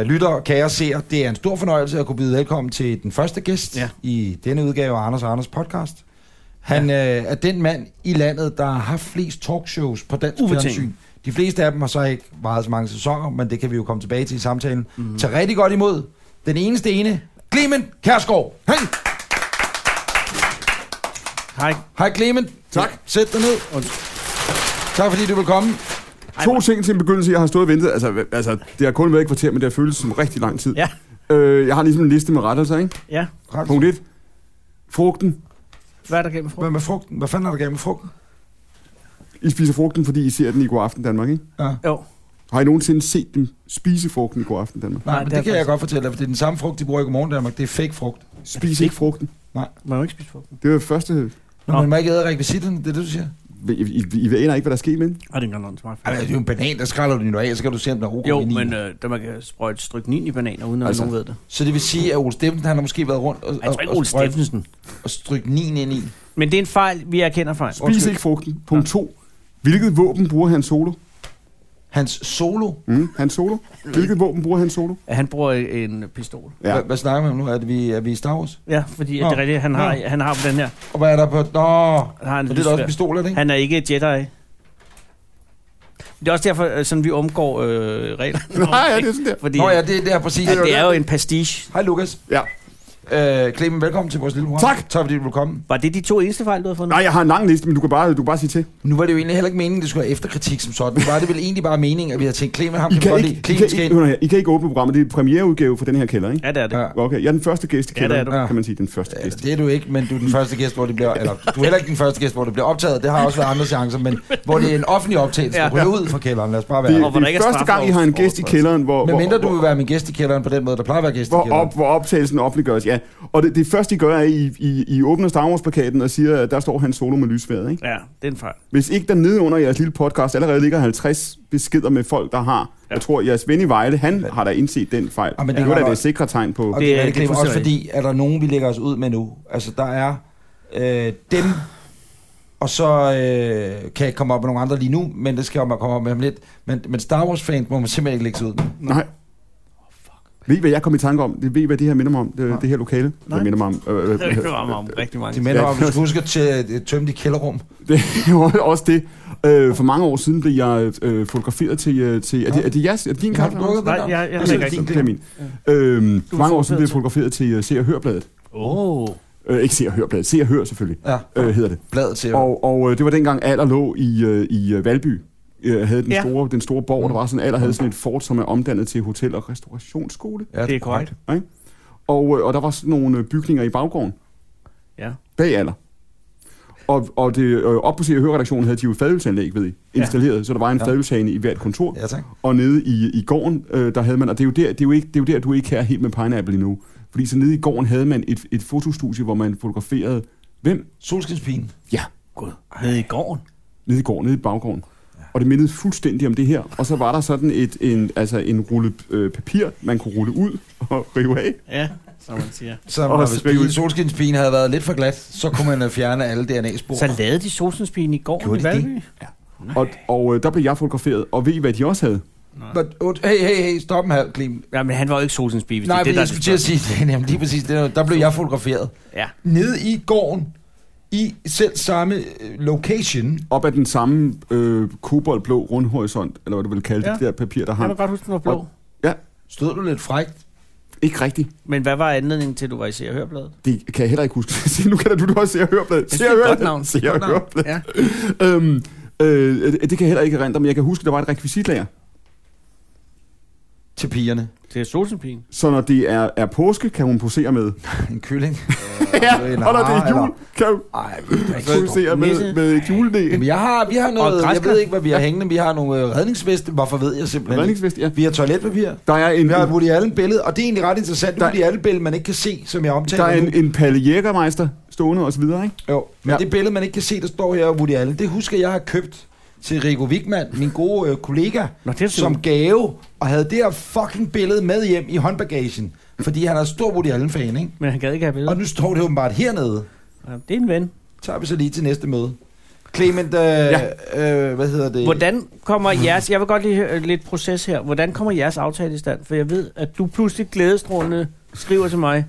S2: øh, lytter, kære seer, det er en stor fornøjelse at kunne byde velkommen til den første gæst
S1: Ja.
S2: ja. i denne udgave af Anders og Anders podcast. Han ja. øh, er den mand i landet, der har haft flest talkshows på dansk
S1: Ubetinget.
S2: fjernsyn. De fleste af dem har så ikke varet så mange sæsoner, men det kan vi jo komme tilbage til i samtalen.
S1: Mhm.
S2: Mm. Tag rigtig godt imod den eneste ene, Clement Kærsgaard. Hej!
S1: Hej.
S2: Hej Clement.
S5: Tak.
S2: Sæt dig ned. Tak fordi du vil komme.
S5: To ting til en begyndelse, jeg har stået og ventet. Altså, hva- altså det har kun været et kvarter, men det har føltes som rigtig lang tid.
S1: Ja,
S5: Øh, jeg har ligesom en liste med rettelser, ikke?
S1: ja.
S5: Punkt 1. Frugten.
S1: Hvad er der gennem frugt?
S2: Hvad med frugten? Hvad fanden er der galt med frugten?
S5: I spiser frugten, fordi I ser den i god aften Danmark, ikke?
S2: Ja.
S1: Jo.
S5: Har I nogensinde set dem spise frugten i god aften Danmark?
S2: Nej,
S1: Nej,
S2: Nej men
S1: det er
S2: det, det kan jeg
S1: faktisk-
S2: godt fortælle dig, for det er den samme frugt, de bruger i Godmorgen Danmark. Det er fake frugt.
S5: Spis ikke frugten.
S1: Man må jo ikke spise frugt. Ej,
S5: Det var det første.
S2: Nå,
S1: Nå.
S2: man må ikke æde rekvisitterne, det er det, du siger.
S5: I, I, I, I aner ikke, hvad der sker med den.
S1: det er ikke engang løgn. Det er meget
S2: Ej, men det er jo en banan, der skræller du den jo af, så kan du se, om den er ok.
S1: Jo,
S2: i
S1: men
S2: niende.
S1: øh, der man kan sprøjte stryknin i bananer, uden at altså,
S5: Altså.
S1: nogen ved det.
S2: Så det vil sige, at Ole Steffensen, han har måske været rundt og,
S1: Jeg tror ikke,
S2: og,
S1: Ole
S2: og, sprøjt,
S1: Steffensen.
S2: og stryk 9 ind i.
S1: Men det er en fejl, vi erkender fejl.
S5: Spis Undskyld. ikke frugten. Punkt 2. Hvilket våben bruger han solo?
S2: Hans solo,
S5: Mm, han solo? Hvilket våben bruger han solo?
S1: At Han bruger en pistol.
S5: Ja.
S2: ja. hvad snakker man om nu? Er, det vi, er vi i Star Wars?
S1: Ja, fordi at
S2: Nå.
S1: det er rigtigt, han har,
S2: Nå.
S1: han har på den her.
S2: Og hvad er der på? Nå,
S1: Han, har en
S2: og det er da også
S1: lysvær.
S2: en pistol, er det ikke?
S1: han er ikke Jedi. Det er også derfor, øh, sådan vi omgår øh, *laughs* reglerne.
S5: Nej, *laughs* ja, det er sådan der.
S1: Fordi
S2: Nå ja, det, det er præcis.
S1: at det er jo
S2: det.
S1: en pastiche.
S2: Hej Lukas.
S5: Ja.
S2: Øh, Clemen, velkommen til vores lille program.
S5: Tak.
S2: Tak fordi du vil komme.
S1: Var det de to eneste fejl, du havde fundet?
S5: Nej, jeg har en lang liste, men du kan bare, du kan bare sige til.
S2: Nu var det jo egentlig heller ikke meningen, at det skulle være efterkritik som sådan. Nu var det vel egentlig bare meningen, at vi havde tænkt, Clemen ham
S5: I
S2: kan, vi
S5: kan,
S2: godt
S5: ikke,
S2: lide.
S5: I,
S2: Clemen
S5: kan
S2: skal
S5: ikke,
S2: ind.
S5: hør her, I kan ikke åbne programmet. Det er en premiereudgave for den her kælder, ikke?
S1: Ja, det er det.
S2: Ja.
S5: Okay, jeg er den første gæst i
S1: Ja, det er
S5: kælderen,
S2: du.
S5: kan man sige. Den første
S2: Ja,
S5: gæst.
S2: det er du ikke, men du er den første gæst, hvor det bliver... Eller, du er heller ikke den første gæst, hvor det bliver optaget. Det har også været andre chancer, men hvor det er en offentlig optagelse, der
S1: Ja.
S2: ryger ud fra kælderen. Lad os bare være
S5: Det,
S2: ærlige.
S1: Og hvor der
S5: det
S1: ikke
S5: er
S1: er
S5: første gang, I har en gæst i
S1: straffelovsovertrædelse.
S5: kælderen, hvor,
S2: Men mindre du
S5: hvor,
S2: vil være min gæst i kælderen på den måde, der plejer at være gæst i
S5: hvor,
S2: kælderen.
S5: op, hvor optagelsen offentliggøres. Ja. Og det, det første, I gør, er, at I, I, I åbner Star Wars-plakaten og siger, at der står han solo med lysværet. Ikke?
S1: Ja, det er en fejl.
S5: Hvis ikke der nede under jeres lille podcast allerede ligger 50 beskeder med folk, der har...
S1: Ja.
S5: Jeg tror, jeres ven i Vejle, han har da indset den fejl.
S2: Ja, Ah, men det
S5: det var da
S2: var-
S5: det sikre tegn på...
S2: Og
S1: det
S2: det,
S1: er
S2: er, det, det er også
S1: fuldstændig
S2: fordi, at der er nogen, vi lægger os ud med nu. Altså, der er øh, dem, og så øh, kan jeg ikke komme op med nogle andre lige nu, men det skal jeg komme op med om lidt. Men, men Star Wars-fans må man simpelthen ikke lægge sig ud med.
S5: Nej. Ved I, hvad jeg kom i tanke om? Det- Ved I, hvad det her minder mig om? Det, det her lokale?
S1: Nej.
S5: *laughs* Det minder mig om. Øh, øh,
S1: Det var mig om rigtig mange.
S2: Det minder
S5: Ja.
S2: om, at vi skal huske til at øh, tømme de kælderrum.
S5: Det var også det. Øh, for mange år siden blev jeg øh, fotograferet til... Øh, til er, det, er det jeres? Er det din
S2: Har
S5: kaffe?
S2: du
S5: Anders?
S2: drukket den
S1: Nej,
S2: op?
S1: jeg, jeg, jeg,
S5: Det
S1: jeg,
S5: er
S1: jeg,
S5: din, det er min. Øhm, for mange år siden blev jeg fotograferet til øh, Se og Hørbladet.
S1: Åh,
S5: Øh, ikke Se og Hørbladet, Se og Hør selvfølgelig,
S2: Ja,
S5: øh, hedder det.
S2: bladet til.
S5: Og, og øh, det var dengang Aller lå i, øh, i øh, Valby. Øh, havde den,
S1: Ja.
S5: store, den store borg, der var sådan, Aller havde sådan et fort, som er omdannet til hotel- og restaurationsskole.
S2: Ja,
S1: det er korrekt.
S5: Og, øh, og der var sådan nogle øh, bygninger i baggården
S1: Ja.
S5: bag Aller. Og, og det, øh, op på Se og Hør-redaktionen havde de jo et fadølsanlæg, ved I,
S1: Ja.
S5: installeret, så der var en
S2: Ja.
S5: fadølshane i hvert kontor.
S2: Ja, tak.
S5: Og nede i, i gården, øh, der havde man, og det er, jo der, det, er jo ikke, det er jo der, du ikke er helt med Pineapple endnu. Fordi så nede i gården havde man et, et fotostudie, hvor man fotograferede, hvem?
S2: Solskinspigen.
S5: Ja,
S1: Gud. Nede i gården.
S5: nede i gården, nede i baggården. Og det mindede fuldstændig om det her. Og så var der sådan et, en, altså en rulle øh, papir, man kunne rulle ud og rive af.
S1: Ja, som man siger.
S2: Så
S5: Og
S2: hvis
S5: så-
S2: pigen- solskinspigen havde været lidt for glat, så kunne man øh, fjerne alle DNA-spor.
S1: Så lavede de solsenspigen i gården
S2: Gjorde
S1: i
S2: de det?
S1: Valby?
S5: Og, og øh, der blev jeg fotograferet. Og ved I, hvad de også havde?
S2: But, oh, hey, hey, hey, stop en halv, Klim.
S1: Ja, men han var jo ikke solsenspige, hvis
S2: Nej,
S1: det er
S2: men
S1: det, der
S2: jeg
S1: er
S2: skulle
S1: det
S2: til at sige, det, *laughs* er nemlig lige præcis det, der blev jeg fotograferet.
S1: spørgsmål. Ja.
S2: Nede i gården, i selv samme øh, location,
S5: Op ad den samme øh, koboldblå rundhorisont, eller hvad du vil kalde det,
S1: Ja.
S5: det der papir, der
S1: Jeg kan
S5: hang.
S1: godt huske, den var blå.
S2: stod du lidt frækt.
S5: Ikke rigtigt.
S1: Men hvad var anledningen til, at du var i Se og Hørbladet?
S5: Det kan jeg heller ikke huske. *laughs* Se, nu kan du også se og høre bladet.
S1: Det
S5: Se
S1: er
S5: og
S1: et
S5: høre
S1: godt navn.
S5: Se
S1: Godt
S5: og
S1: navn.
S5: høre bladet.
S1: Ja.
S5: Øhm, øh, det det kan jeg heller ikke erindre, men jeg kan huske, der var et rekvisitlager.
S2: til pigerne.
S1: Det er solsenspigen.
S5: Så når det er, er påske, kan hun posere med.
S2: En kylling.
S5: ja,
S2: en
S5: *laughs* og når det
S2: hare,
S5: er jul,
S2: eller-
S5: kan hun
S2: Ej, men det er ikke så-
S5: posere
S1: Nisse.
S5: med, med et julenæ.
S2: *laughs* Jamen, jeg har, vi har noget, jeg
S1: græskar.
S2: ved ikke, hvad vi har hængende. Vi har nogle øh, redningsveste. Hvorfor ved jeg simpelthen ikke?
S5: Redningsvest, ja.
S2: Vi har toiletpapir.
S5: Der er en,
S2: Vi har et
S5: der
S2: Woody Allen billede, og det er egentlig ret interessant. Det er
S5: Der-
S2: Woody Allen billede, man ikke kan se, som jeg omtaler
S5: er
S2: nu.
S5: en, en palle jægermeister stående og så videre, ikke?
S2: Jo, men
S5: Ja.
S2: det billede, man ikke kan se, der står her af Woody Allen, det husker jeg har købt til Rico Wigman, min gode øh, kollega,
S1: Nå, det er
S2: som gave, og havde det her fucking billede med hjem i håndbagagen, fordi han er stor Woody Allen-fan, ikke?
S1: Men han gad ikke have
S2: Og
S1: billeder.
S2: nu står det åbenbart hernede.
S1: Ja, det er en ven.
S2: Tager vi så lige til næste møde. Clement, øh, ja. øh, hvad hedder det?
S1: Hvordan kommer jeres... Jeg vil godt lige høre øh, lidt proces her. Hvordan kommer jeres aftale i stand? For jeg ved, at du pludselig glædestrålende skriver til mig,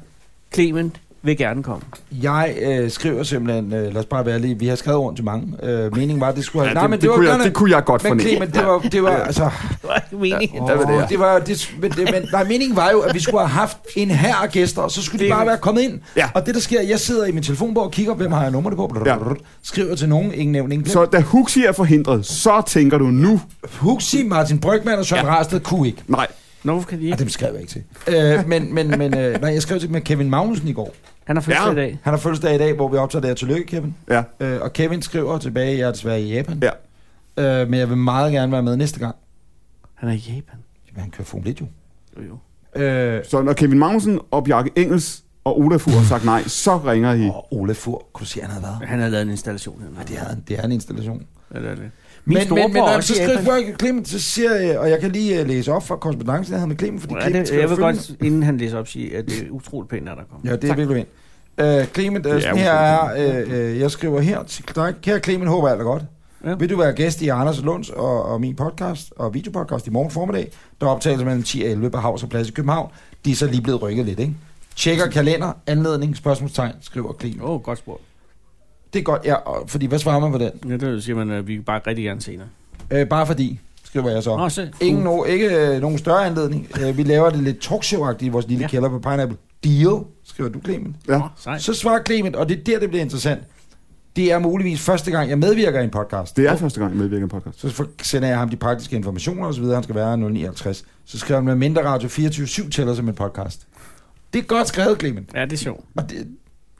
S1: Clement vil gerne komme. *laughs*
S2: Jeg øh, skriver simpelthen, øh, lad os bare være lige, vi har skrevet ordentligt til mange. Øh, meningen var, at det skulle have...
S5: Ja, det, det,
S2: var
S5: kunne jeg,
S2: gerne-
S5: det kunne jeg godt
S2: Men
S5: fornemme.
S2: Clement, det var, det var, altså,
S1: Det var ikke meningen.
S5: Der var det, ja.
S2: det var, det, men, det, men, nej, meningen var jo, at vi skulle have haft en her af gæster, og så skulle de
S1: Det er
S2: bare være
S1: rigtigt.
S2: kommet ind.
S5: Ja.
S2: Og det, der sker, jeg sidder i min telefonbog og kigger, hvem har jeg nummer på? Blablabla. Skriver til nogen, ingen nævn, ingen
S5: Så
S2: så...
S5: da Huxi er forhindret, så tænker du nu,
S2: Huxi, Martin Brygman og Søren ja. Rarsted kunne ikke.
S5: nej,
S1: Nå, hvorfor kan de
S2: Og
S1: ikke?
S2: dem skrev jeg ikke til. Øh, men men, men øh, nej, jeg skrev til med Kevin Magnussen i går.
S1: Han har fødselsdag i
S5: Ja.
S1: dag.
S2: Han har fødselsdag i dag, hvor vi optager det her. Tillykke, Kevin.
S5: ja,
S2: Øh, og Kevin skriver tilbage, jeg er desværre i Japan.
S5: Ja.
S2: Øh, men jeg vil meget gerne være med næste gang.
S1: Han er i Japan.
S2: Jamen, han kører Formel 1 jo.
S1: Jo, jo.
S2: Øh,
S5: Så når Kevin Magnussen og Bjarke Engels og Olafur har sagt nej, så ringer I.
S2: og Ole Fur, kunne du se, han havde været?
S1: Han har lavet en installation hernede.
S2: Ja, det, er, det er en installation.
S1: Ja, det er det. Min
S2: Min men, men, men
S1: storebror er
S2: nej,
S1: også
S2: så
S1: i Japan.
S2: skriver Frank Clement, så siger jeg, og jeg kan lige øh, læse op fra korrespondancen, jeg havde med Clement, fordi
S1: Ja,
S2: Clement
S1: det,
S2: skriver
S1: jeg vil
S2: følgende.
S1: godt, inden han læser op, sige, at det er utroligt pænt, at der kommer.
S2: Ja, det er virkelig fint. Øh, Clement, øh,
S5: Det er
S2: sådan her er, øh, øh, jeg skriver her til dig. Kære Clement, håber alt er godt.
S1: Ja.
S2: Ja. Vil du være gæst i Anders Lunds og, og min podcast og videopodcast i morgen formiddag? Der optages mellem 10 og 11 på Havs og Plads i København. De er så lige blevet rykket lidt, ikke? Tjekker kalender, anledning, spørgsmålstegn, skriver Clement.
S1: Åh, oh, godt spurgt.
S2: Det er godt, ja, og- fordi hvad svarer man på den?
S1: Ja, det siger man, at vi vil bare rigtig gerne senere.
S2: Øh, bare fordi, skriver jeg så.
S1: Nå, se.
S2: Ingen no, ikke øh, nogen større anledning. Øh, vi laver det lidt talkshow-agtigt i vores lille
S1: Ja.
S2: ja. kælder på Pineapple. Deal, skriver du, Clement.
S5: Ja.
S1: Sej.
S2: Uh, Så svarer Clement, og det er der, det bliver interessant. Det er muligvis første gang, jeg medvirker i en podcast.
S5: Det er første gang, jeg medvirker i en podcast.
S2: Så for- sender jeg ham de praktiske informationer osv. Han skal være 059. Så skriver han med mindre radio 24-7 tæller som en podcast. Det er godt skrevet, Clement.
S1: Ja, det er sjovt.
S2: Og det,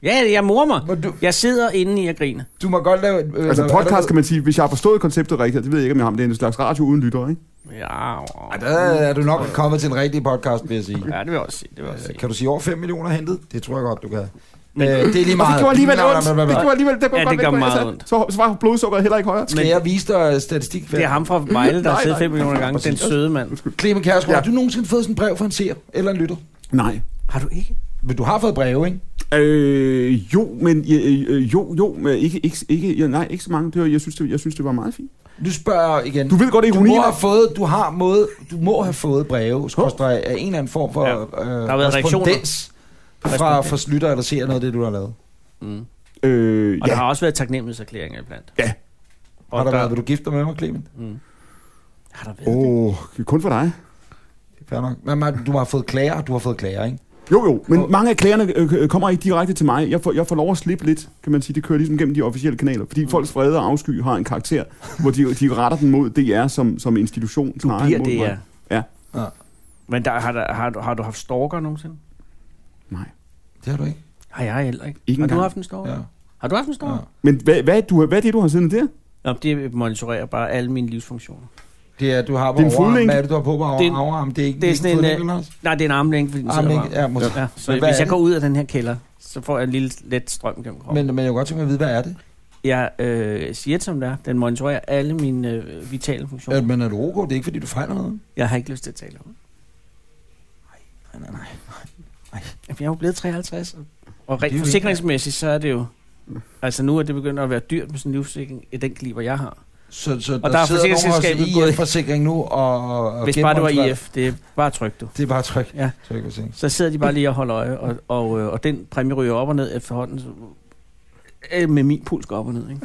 S1: Ja, jeg morer mig.
S2: må du,
S1: Jeg sidder inde i at grine.
S2: du må godt lave... Øh,
S5: Altså
S2: lave-
S5: podcast kan man sige, hvis jeg har forstået konceptet rigtigt, og det ved jeg ikke, om jeg har, men det er en slags radio uden lytter, ikke?
S1: Ja,
S2: Ej,
S1: åh.
S2: der er du nok kommet til en rigtig podcast, vil jeg sige.
S1: ja det vil jeg også sige. Det vil jeg også
S2: Øh,
S1: sige.
S2: Kan du sige over 5 millioner hentet? Det tror jeg godt, du kan.
S1: Men-
S2: Men, øh, det er lige
S5: Og det
S2: meget.
S5: gjorde alligevel
S2: Blablabla.
S5: ondt. Det gjorde alligevel, det
S1: Ja,
S5: gjorde
S1: det gør meget ondt.
S5: Så, så var blodsukkeret heller ikke højere.
S2: Skal jeg vise dig øh, statistik?
S1: Det er ham fra Vejle, der har
S5: Nej,
S1: siddet
S5: nej.
S1: 5 millioner gange. Den
S5: Præcis.
S1: søde mand.
S2: Clemen Kærsgaard,
S5: Ja.
S2: ja. har du nogensinde fået sådan et brev fra en seer eller en lytter?
S5: Nej.
S1: Har du ikke?
S2: Men du har fået breve, ikke?
S5: Øh, jo, men øh, øh, jo, jo, men ikke, ikke, ikke, ja, nej, ikke så mange. Det var, jeg, synes, det, jeg synes, det var meget fint.
S2: Nu spørger jeg igen.
S5: Du ved godt, det er
S2: du
S5: ironi,
S2: må
S5: hva'?
S2: have fået, du har måde, du må have fået breve, skorstræk, af en eller anden form for
S1: Ja.
S2: ja.
S1: Der
S2: øh,
S1: har været reaktioner.
S2: respondens fra, fra Slytter, der ser noget af det, du har lavet.
S1: Mm.
S5: Øh,
S1: Og ja. der
S5: ja,
S1: har også været taknemmelighedserklæringer iblandt.
S5: Ja.
S1: Og
S2: Har der,
S1: der,
S2: været, vil du gifte dig med mig, Clemen?
S1: Mm. Har der været oh.
S5: åh, kun for dig.
S2: Fair nok. Men Martin, du har fået klager, du har fået klager, ikke?
S5: Jo, jo, men
S2: Og-
S5: mange af klagerne øh, øh, kommer ikke direkte til mig. Jeg får, jeg får lov at slippe lidt, kan man sige. Det kører ligesom gennem de officielle kanaler. Fordi
S2: Mm.
S5: folks vrede og afsky har en karakter, hvor de, de retter den mod DR som, som institution.
S1: Du
S5: snarere
S1: bliver
S5: end mod
S1: det,
S5: mig.
S1: ja.
S5: Ja.
S2: Ja.
S1: Men der, har, der, har, du- har du haft stalker nogensinde?
S5: Nej,
S2: Det har du ikke.
S1: Har jeg heller ikke.
S5: Ikke
S1: har du
S5: engang.
S1: haft en stalker?
S2: Ja.
S1: Ja. Har du haft en stalker?
S2: ja.
S1: Ja.
S5: Men hvad, hvad, du, hvad er det, du har siddende der?
S1: Nå, det monitorerer bare alle mine livsfunktioner.
S2: Det er, du har på
S5: Det er en
S2: overarm.
S5: fuldlænk.
S2: Hvad er det, du har på på
S1: Det er en-
S2: overarm? Det er ikke
S1: Det er sådan en...
S2: fuldlænk,
S1: øh,
S2: Lars?
S1: nej, det er en armlænke, fordi den sidder
S2: Armlænk,
S1: varm.
S2: ja, måske.
S1: Ja, så
S2: Men hvad
S1: hvis
S2: er
S1: jeg
S2: det?
S1: går ud af den her kælder, så får jeg en lille let strøm gennem kroppen.
S2: Men, men jeg kunne godt tænke mig at vide, hvad er det?
S1: Jeg øh, siger det, som det er. Den monitorerer alle mine øh, vitale funktioner.
S2: Øh, Men er du ok? Det er ikke, fordi du fejler noget.
S1: Jeg har ikke lyst til at tale om det.
S2: Nej, nej, nej.
S1: Jamen, jeg er jo blevet 53, og, og
S2: Det er
S1: rent
S2: jo
S1: forsikringsmæssigt, så er det jo... Altså nu er det begyndt at være dyrt med sådan en livsforsikring i den kaliber, jeg har.
S2: Så, så
S1: der er
S2: sidder nogen hos
S1: forsikringsselskabet gået-
S2: IF-forsikring nu, og, og- og
S1: Hvis bare det var
S2: genmontrer-
S1: IF, det er bare trygt, du.
S2: Det er bare tryk.
S1: Ja.
S2: Tryk på ting.
S1: Så sidder de bare lige og holder øje, og, og, øh, og den præmie ryger op og ned efterhånden, så, øh, med min puls går op og ned. Ikke?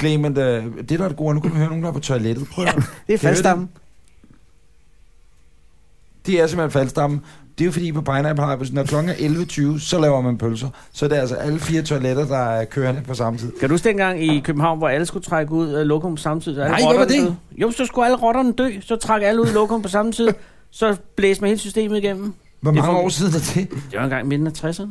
S2: Clement, øh, det der er det gode, nu kan vi høre nogen, der er på toilettet. Prøv ja.
S1: Det er
S2: Kan
S1: faldstammen.
S2: Det er simpelthen faldstammen. Det er jo fordi på Pineapple Harvest, når klokken er 11.20, så laver man pølser. Så er det altså alle fire toiletter, der er kørende på samme tid.
S1: Kan du huske dengang i København, hvor alle skulle trække ud af lokum samtidig? så alle
S2: Nej, hvad var
S1: rotterne
S2: det?
S1: Døde? Jo, så skulle alle rotterne dø, så trak alle ud i lokum på samme tid. Så blæste man hele systemet igennem.
S2: Hvor
S1: Det
S2: mange
S1: fungerer.
S2: år siden er det?
S1: Det var engang midten af 60'erne.
S2: Ej, kan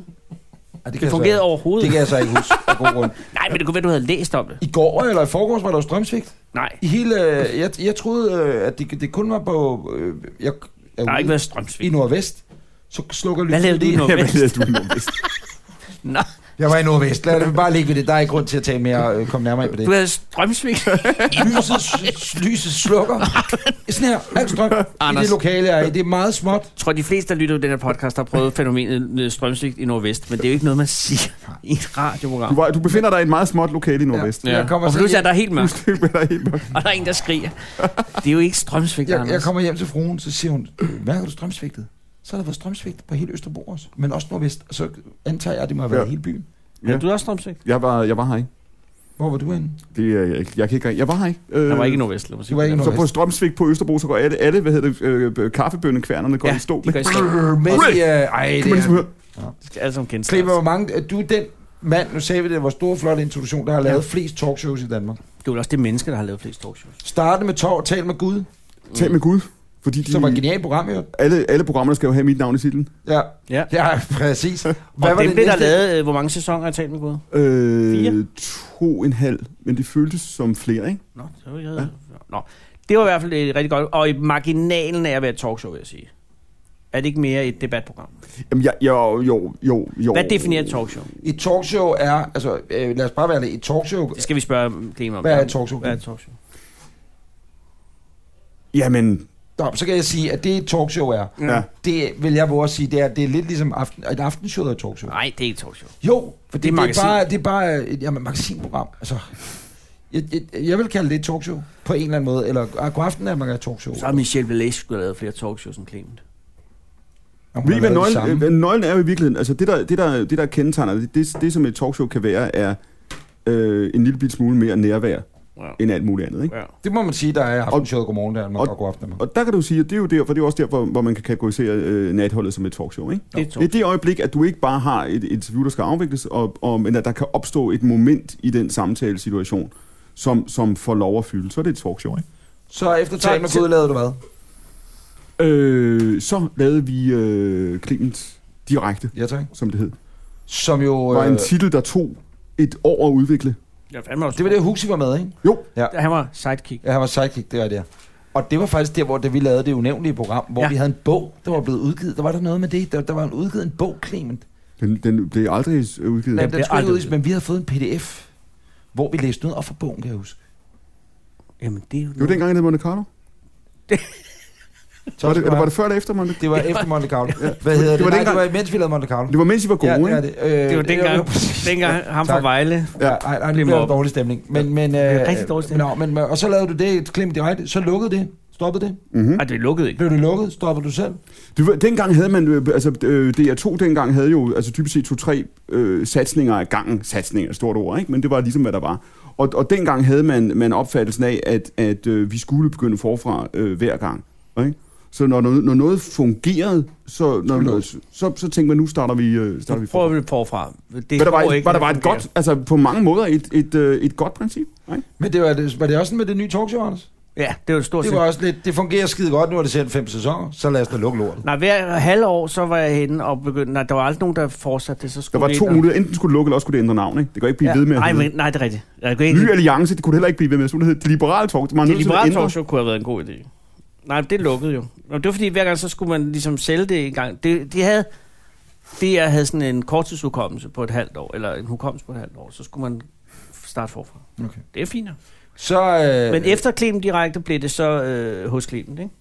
S2: jeg
S1: Det
S2: så
S1: fungerede
S2: ikke-
S1: overhovedet.
S2: Det kan jeg så ikke huske af god grund.
S1: Nej, men det kunne være, du havde læst om det.
S2: I går eller i forgårs var der jo strømsvigt.
S1: Nej,
S2: I hele, øh, jeg, jeg troede, øh, at det, det kun var på... Øh, jeg, jeg,
S1: der har ikke været
S2: I
S1: strømsvigt.
S2: Nordvest. Så slukker lyset.
S1: Hvad lavede du i
S2: lige.
S1: Nordvest?
S5: Hvad hedder du nu
S2: *laughs*
S5: bedst?
S1: Nå,
S2: Jeg var i Nordvest. Lad det bare ligge ved det. Der er ikke grund til at tage mere, øh, komme nærmere ind på det.
S1: du havde strømsvigt. *laughs*
S2: Lyset, s- lyset slukker. Sådan her, al strøm i
S1: Anders.
S2: det lokale, jeg er i. Det er meget småt.
S1: Jeg tror, de fleste, der lytter til den her podcast, har prøvet fænomenet øh, strømsvigt i Nordvest, men det er jo ikke noget, man siger i et
S5: Du,
S1: radioprogram.
S5: var, du befinder dig i et meget småt lokale i Nordvest.
S2: Ja. Jeg kommer
S1: og
S2: så
S1: pludselig er
S2: hjem-
S1: der helt
S2: *laughs*
S1: mørkt,
S5: Du befinder dig helt mørkt.
S1: og der er en, der skriger. Det er jo ikke strømsvigt,
S2: Jeg, jeg
S1: Anders.
S2: kommer hjem til fruen, så siger hun, mærker du strømsvigtet? Så har der været strømsvigt på hele Østerbro også, men også Nordvest. Og så antager jeg, at det må have været
S5: Ja.
S2: ja. hele byen.
S1: Ja, du har også strømsvigt.
S5: Jeg var, jeg var her ikke.
S2: Hvor var du henne?
S5: Det, er jeg, ikke- jeg, kan ikke, jeg var her ikke. Øh,
S1: Der var ikke i Nordvest, lad mig
S2: Du
S1: sige.
S2: var ikke i
S5: Så på
S2: Nordvest.
S5: Strømsvig på Østerbro, så går alle, alle hvad hedder det, øh, øh, kaffebønnekværnerne går
S1: Ja,
S5: i stå.
S1: de går i stå.
S2: Brrr, Men,
S5: Ulrik!
S2: øh, ej,
S5: Kan man
S2: det
S5: ligesom
S2: er...
S5: høre?
S1: Det skal alle sammen kende
S2: Klipper, hvor
S1: strømsvigt.
S2: mange... øh, Du er den mand, nu sagde vi det, er vores store, flotte introduktion, der har lavet flest talkshows i Danmark.
S1: Det er vel også det menneske, der har lavet flest talkshows.
S2: Starte med Tov, tal med Gud,
S5: Tal med Gud. Fordi de,
S2: som var et genialt program, jo.
S5: alle, alle programmerne skal jo have mit navn i titlen.
S2: Ja,
S1: Ja.
S2: ja præcis. Hvad
S1: Hvad og
S2: var
S1: det,
S2: det
S1: blev der
S2: næste?
S1: lavet, øh, hvor mange sæsoner har jeg talt med Gud?
S5: Øh,
S1: Fire.
S5: to en halv, men det føltes som flere, ikke?
S1: Nå, det var, jeg... ja. Nå. det var i hvert fald et rigtig godt, og i marginalen af at være et talkshow, vil jeg sige. Er det ikke mere et debatprogram?
S5: Jamen, jeg, jeg, jo, jo, jo.
S1: Hvad definerer et talkshow?
S2: Et talkshow er, altså øh, lad os bare være det, et talkshow,
S1: Det skal vi spørge Klima om.
S2: Hvad er et talkshow?
S1: Hvad er et talkshow?
S5: Jamen,
S2: Nå, så kan jeg sige, at det et talkshow er,
S5: ja.
S2: det vil jeg våge at sige, det er, det er lidt ligesom aften, et aftenshow og et talkshow.
S1: Nej, det er ikke et talkshow.
S2: Jo, for det,
S1: Det er
S2: det, er
S1: magasin.
S2: bare, det er bare et jamen, magasinprogram. Altså, jeg, jeg, jeg, vil kalde det et talkshow på en eller anden måde, eller ah, god aften er man et talkshow.
S1: Så har Michel Velage skulle have lavet flere talkshows end Clement.
S2: Og hun
S5: Ved I,
S2: har
S5: hvad
S2: lavet det
S5: nøglen, øh,
S2: samme.
S5: hvad nøglen er jo i virkeligheden? Altså, det der, det der, det der kendetegner, det, det, det som et talkshow kan være, er øh, en lille bit smule mere nærvær
S1: Ja.
S5: end alt muligt andet, ikke?
S1: Ja.
S2: Det må man sige, der er aftenshowet Godmorgen Danmark
S5: og-
S2: og God aften Danmark.
S5: Og der kan du sige, at det er jo derfor, det er også derfor, hvor man kan kategorisere øh, natholdet som et talkshow, ikke?
S1: Det er et
S5: Det er
S1: talkshow.
S5: det øjeblik, at du ikke bare har et interview, der skal afvikles, og, og, men at der kan opstå et moment i den samtalesituation, som, som får lov at fylde. Så er det et talkshow, ikke?
S2: Så efter
S1: Tak
S2: tal med
S1: til-
S2: Gud lavede du hvad?
S5: Øh, så lavede vi øh, Clement Direkte,
S2: Ja, tak.
S5: som det hed.
S2: Som jo...
S5: Det var en
S2: Øh,
S5: titel, der tog et år at udvikle.
S1: Ja, fandme også.
S2: det var det, Huxi var med, ikke?
S5: Jo,
S1: Ja, Han var sidekick.
S2: Ja, han var sidekick, det var det. Og det var faktisk der, hvor det, vi lavede det unævnlige program, hvor
S1: Ja.
S2: ja. vi havde en bog, der var blevet udgivet. Der var der noget med det. Der, der var en udgivet en bog, Clement.
S5: den, den blev aldrig øh, udgivet.
S2: Nej,
S5: Ja.
S1: bliver
S2: den skulle ikke
S1: aldrig
S2: udgives, men vi havde fået en pdf, hvor vi læste noget op fra bogen, kan jeg huske.
S1: Jamen, det er jo...
S5: Det var dengang, jeg hed Monte Carlo. Var det, eller var det før eller efter, Monte?
S2: Det var efter Monte Carlo. Hvad hedder det?
S5: Det var
S2: Nej,
S5: dengang-
S2: det var mens vi lavede Monte Carlo.
S5: Det var mens I var gode,
S2: Ja,
S5: ikke?
S2: ja, det, øh,
S1: Det var
S2: *laughs*
S1: dengang, dengang ham fra
S2: Tak. Mm.
S1: Vejle.
S2: Ja, ej, ej, det
S1: blev
S2: blev en
S1: op.
S2: dårlig stemning. Men, men, øh,
S1: rigtig dårlig stemning.
S2: Nå, men, men- og så lavede du det, et klem direkte, så lukkede det, stoppede det.
S5: Mm-hmm.
S1: Ej, det lukkede ikke.
S2: Blev det lukket, stoppede du selv.
S5: Du ved, dengang havde man, øh, altså øh, DR2 dengang havde jo altså typisk set to-tre øh, satsninger af gangen. Satsninger er et stort ord, ikke? men det var ligesom, hvad der var. Og, og dengang havde man, man opfattelsen af, at, at øh, vi skulle begynde forfra øh, hver gang. Ikke? Så når, noget- når noget fungerede, så, når, når, så, så, så tænkte man, nu starter vi, øh, starter vi
S1: Så
S5: forfra.
S1: prøver vi det forfra. Det
S5: Men der var,
S1: går
S5: et, var der
S1: det
S5: var et
S1: fungerer.
S5: godt, altså på mange måder et, et, øh, et godt princip. Ikke?
S2: Men det var, det, var det også sådan med det nye talkshow, Anders?
S1: Ja, det var stort
S2: Det
S1: set.
S2: var også lidt, det fungerer skide godt, nu har det sendt fem sæsoner, så lad os da lukke lortet.
S1: Nej, hver halvår, så var jeg henne og begyndte... Nej, der var aldrig nogen, der fortsatte det, så
S5: Der
S1: skulle
S5: var
S1: det
S5: to
S1: ind og-
S5: muligheder. Enten skulle det lukke, eller også skulle det ændre navn. Ikke? Det kan ikke blive
S1: Ja.
S5: ved med at
S1: Nej,
S5: hedde-
S1: men, nej, det er rigtigt. Jeg kunne ikke...
S5: Ny Alliance, det kunne det heller ikke blive ved med. Så ville det hedde det liberale talk. Man er
S1: Det
S5: nødt til at
S1: liberale
S5: ændre.
S1: talkshow kunne have været en god idé. Nej, men det lukkede jo. Nå, det var fordi, hver gang så skulle man ligesom sælge det en gang. Det, de havde, det jeg havde sådan en korttidshukommelse på et halvt år, eller en hukommelse på et halvt år, så skulle man starte forfra.
S2: Okay.
S1: Det er fint. nok.
S2: Så, øh,
S1: Men efter Clemen direkte blev det så øh, hos Clemen, ikke?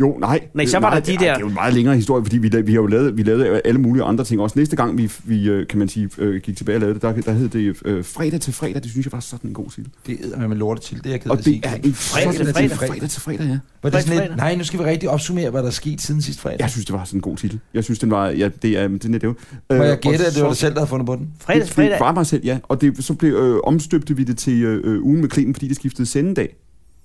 S5: Jo, nej.
S1: Nej, så var der de
S5: det, ej,
S1: der-
S5: Det er jo en meget længere historie, fordi vi, la- vi har jo lavet, vi lavede alle mulige andre ting. Også næste gang, vi, vi øh, kan man sige, øh, gik tilbage og lavede det, der, der hed det øh, fredag til fredag. Det synes jeg var sådan en god titel.
S2: det æder med lortet til, det er jeg ked af
S5: Og
S2: at
S5: det
S2: sige.
S5: er en
S1: Fredag til
S5: sådan-
S1: fredag.
S5: fredag til fredag, ja.
S2: Var det sådan
S1: fredag.
S2: lidt, nej, nu skal vi rigtig opsummere, hvad der er sket siden sidste fredag.
S5: Jeg synes, det var sådan en god titel. Jeg synes, den var... Ja, det er, den er det jo.
S2: Må
S5: Øh,
S2: jeg gætte,
S5: og
S2: at det var
S5: så-
S2: dig selv, der havde fundet på den?
S1: Fredags,
S5: det, det
S1: fredag.
S5: var mig selv, ja. Og det, så blev, øh, omstøbte vi det til øh, øh, ugen med krigen, fordi det skiftede sendedag.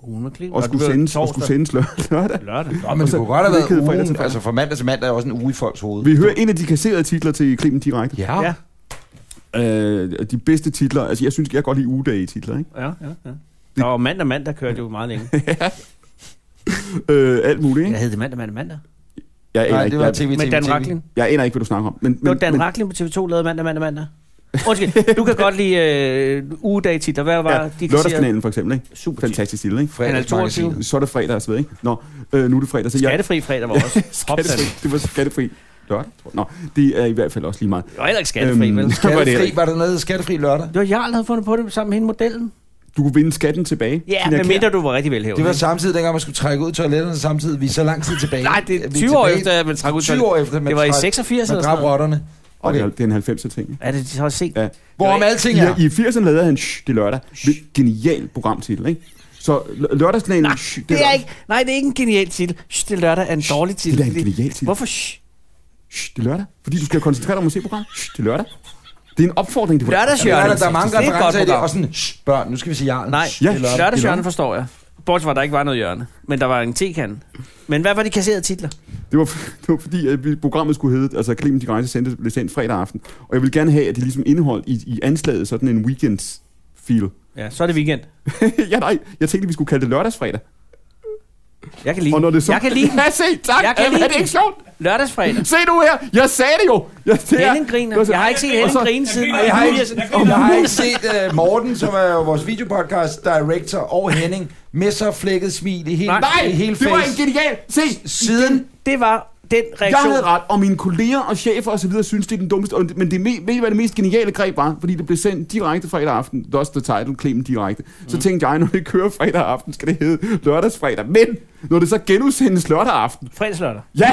S1: Ugen med Clemen.
S5: Og, skulle, sendes, og skulle sendes lør- *laughs* lørdag.
S1: lørdag.
S2: Nå, men
S5: Og
S2: det
S5: så-
S2: kunne godt have
S5: det
S2: været
S5: kede fredag til
S2: ugen,
S5: fredag.
S2: altså fra mandag til mandag er også en uge i folks hoved.
S5: Vi hører en af de kasserede titler til Klimen direkte.
S2: Ja.
S1: Ja,
S2: ja.
S5: Øh, de bedste titler, altså jeg synes, jeg kan godt lide ugedage i titler, ikke?
S1: ja, ja. ja. Der var mandag, mandag kørte jo meget længe.
S5: Øh, alt muligt, ikke?
S1: Jeg hed det mandag, mandag, mandag.
S5: Jeg, aner
S2: Nej,
S5: ikke,
S2: det var
S5: jeg,
S2: TV, TV,
S1: Med Dan
S2: TV.
S1: Raklin.
S5: jeg aner ikke, hvad du snakker om. Men,
S1: Det var
S5: men,
S1: Dan
S5: men,
S1: Raklin på TV2 lavede mandag, mandag, mandag. Undskyld, du kan godt lide øh, ugedagtitler. Hvad var
S5: ja,
S1: ja, de kasserede?
S5: lørdagskanalen for eksempel, ikke?
S1: Super
S5: Fantastisk titel, ikke?
S2: Fredagsmagasinet.
S1: Han
S5: Så er det fredag, altså, ved, ikke? Nå, øh, nu er det fredag, så jeg...
S1: Skattefri fredag var også. Skattefri.
S5: Skattefri. Det var skattefri lørdag, tror jeg. Nå, det er i hvert fald også lige meget.
S1: Det var heller ikke skattefri, øhm.
S5: Øhm,
S1: vel?
S5: det var det heller
S2: Skattefri,
S5: ikke.
S2: var der noget skattefri lørdag?
S1: Det var Jarl, der havde fundet på det sammen med hende modellen.
S5: Du kunne vinde skatten tilbage.
S1: Ja,
S5: Tina
S1: men
S5: Kjær.
S1: mindre du var rigtig velhævet.
S2: Det var samtidig dengang, man skulle trække ud i toiletterne samtidig. Vi er så lang tid tilbage.
S1: Nej, det
S2: Vi
S1: er
S2: er
S1: 20 år
S2: tilbage-
S1: efter, at man trak ud.
S2: 20 år efter, man
S1: Det var i
S2: trak-
S1: 86
S2: Man
S1: eller
S2: dræb
S1: sådan noget.
S2: rotterne.
S5: Og det er-
S2: Okay.
S5: det er en 90'er ting. ikke?
S1: Er det så sent?
S5: Ja.
S2: Hvorom
S1: Det var-
S2: alting er.
S5: I, I 80'erne lavede han Shh, det er lørdag. Genial programtitel, ikke? Så l- lørdagskanalen
S1: Nej,
S5: Shh,
S1: det er
S5: lørdag.
S1: ikke, nej, det er ikke en genial titel. Shh, det er lørdag er en dårlig titel.
S5: Det er da en genial titel.
S1: Hvorfor shh?
S5: Shh, det er lørdag. Fordi du skal koncentrere dig om at se programmet. Shh, det er lørdag. Det er en opfordring. Det
S1: Lørdags-
S2: Ja, der,
S1: Jørgen.
S2: der er mange
S1: Det er et godt
S2: referencer i det,
S1: program.
S2: og sådan, shh, børn, nu skal vi se Jarlen.
S1: Nej,
S2: Shh,
S5: Ja,
S2: det er lørdag.
S5: det er
S1: lørdagshjørne
S5: lørdag.
S1: forstår jeg. Bortset fra, at der ikke var noget hjørne. Men der var en tekan. Men hvad var de kasserede titler?
S5: Det var, *laughs* det var fordi, at vi- programmet skulle hedde, altså Clemen de Grænse sendte, blev sendt fredag aften. Og jeg ville gerne have, at det ligesom indeholdt i, i anslaget sådan en weekends feel.
S1: Ja, så er det weekend.
S5: *laughs* ja, nej. Jeg tænkte, vi skulle kalde det lørdagsfredag.
S1: Jeg kan lide
S5: Og når det så...
S1: Jeg kan
S5: *laughs*
S1: lide den.
S5: Ja, se, tak.
S1: Jeg kan
S5: Jamen,
S1: lide
S5: er det
S1: den.
S5: ikke sjovt? *laughs*
S1: lørdagsfredag.
S5: Se nu her. Jeg sagde det jo. Jeg, det er-
S1: Henning
S5: det var
S1: griner.
S5: så-
S1: Jeg har ikke set
S5: Og
S1: Henning
S5: så-
S1: grine siden.
S4: Jeg
S2: Jeg har,
S4: Jeg
S2: ikke,
S4: griner.
S2: jeg har ikke set uh, Morten, som er jo vores videopodcast director, og Henning med så flækket smil i hele,
S5: Nej,
S2: i hele
S5: det var en
S2: face.
S5: genial. Se,
S2: Siden
S1: Det var den
S5: Jeg
S1: reaktion.
S5: havde ret, og mine kolleger og chefer og så videre synes, det er den dummeste. og- Men det, me- ved I, hvad det mest geniale greb var? Fordi det blev sendt direkte fredag aften. Thus the title, Clemen direkte. Så tænkte jeg, når det kører fredag aften, skal det hedde lørdagsfredag. Men når det så genudsendes lørdag aften,
S1: Fredagslørdag.
S5: ja!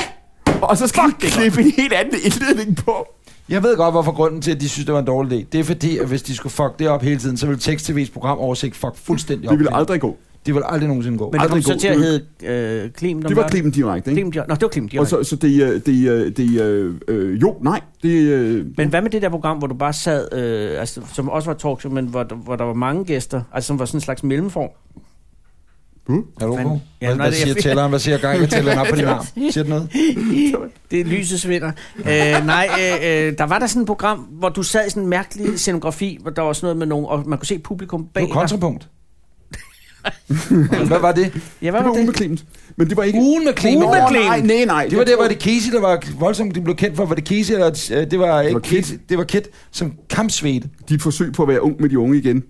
S5: Og så skal Fuck, klippe en helt anden indledning på.
S2: Jeg ved godt, hvorfor grunden til, at de synes, det var en dårlig idé. Det er fordi, at hvis de skulle fuck det op hele tiden, så ville tekst-tv's programoversigt fuck fuldstændig op.
S5: Det ville aldrig gå.
S2: det ville aldrig nogensinde gå.
S1: Men det
S5: Aldrig
S1: kom så
S5: god.
S1: til at
S5: Det
S1: hedde øh, Klim.
S5: Det var Clemen direkte, ikke?
S1: Klim Nå, det var Klim
S5: Og så, så det, øh, det, øh, det, øh, øh, jo, nej, det, øh,
S1: Men hvad med det der program, hvor du bare sad, øh, altså, som også var et talkshow, men hvor, der- hvor der var mange gæster, altså som var sådan en slags mellemform?
S2: er
S1: Fanden.
S2: du okay?
S1: Ja, nej,
S2: Hvad, hvad
S1: det er
S2: siger
S1: fordi-
S2: tælleren? Hvad siger gang? Jeg tæller den op på din arm. Siger den noget?
S1: Det er lysets vinder. Øh, nej, øh, øh, der var der sådan et program, hvor du sad i sådan en mærkelig scenografi, hvor der var sådan noget med nogen, og man kunne se publikum
S2: Det
S1: bag
S2: var
S1: dig.
S2: kontrapunkt. hvad var det?
S1: Ja, hvad var
S5: det var ugen
S1: det?
S5: med Clement. Men det var ikke...
S2: Ugen med Clemen.
S1: Ugen med Clemen.
S5: Nej, nej, nej.
S2: Det var der, hvor det Casey, der var voldsomt, de blev kendt for. Var det Casey, eller øh, det var ikke
S5: var Kit.
S2: Kit. Det var Kit, som kampsvedte.
S5: Dit forsøg på at være ung med de unge igen.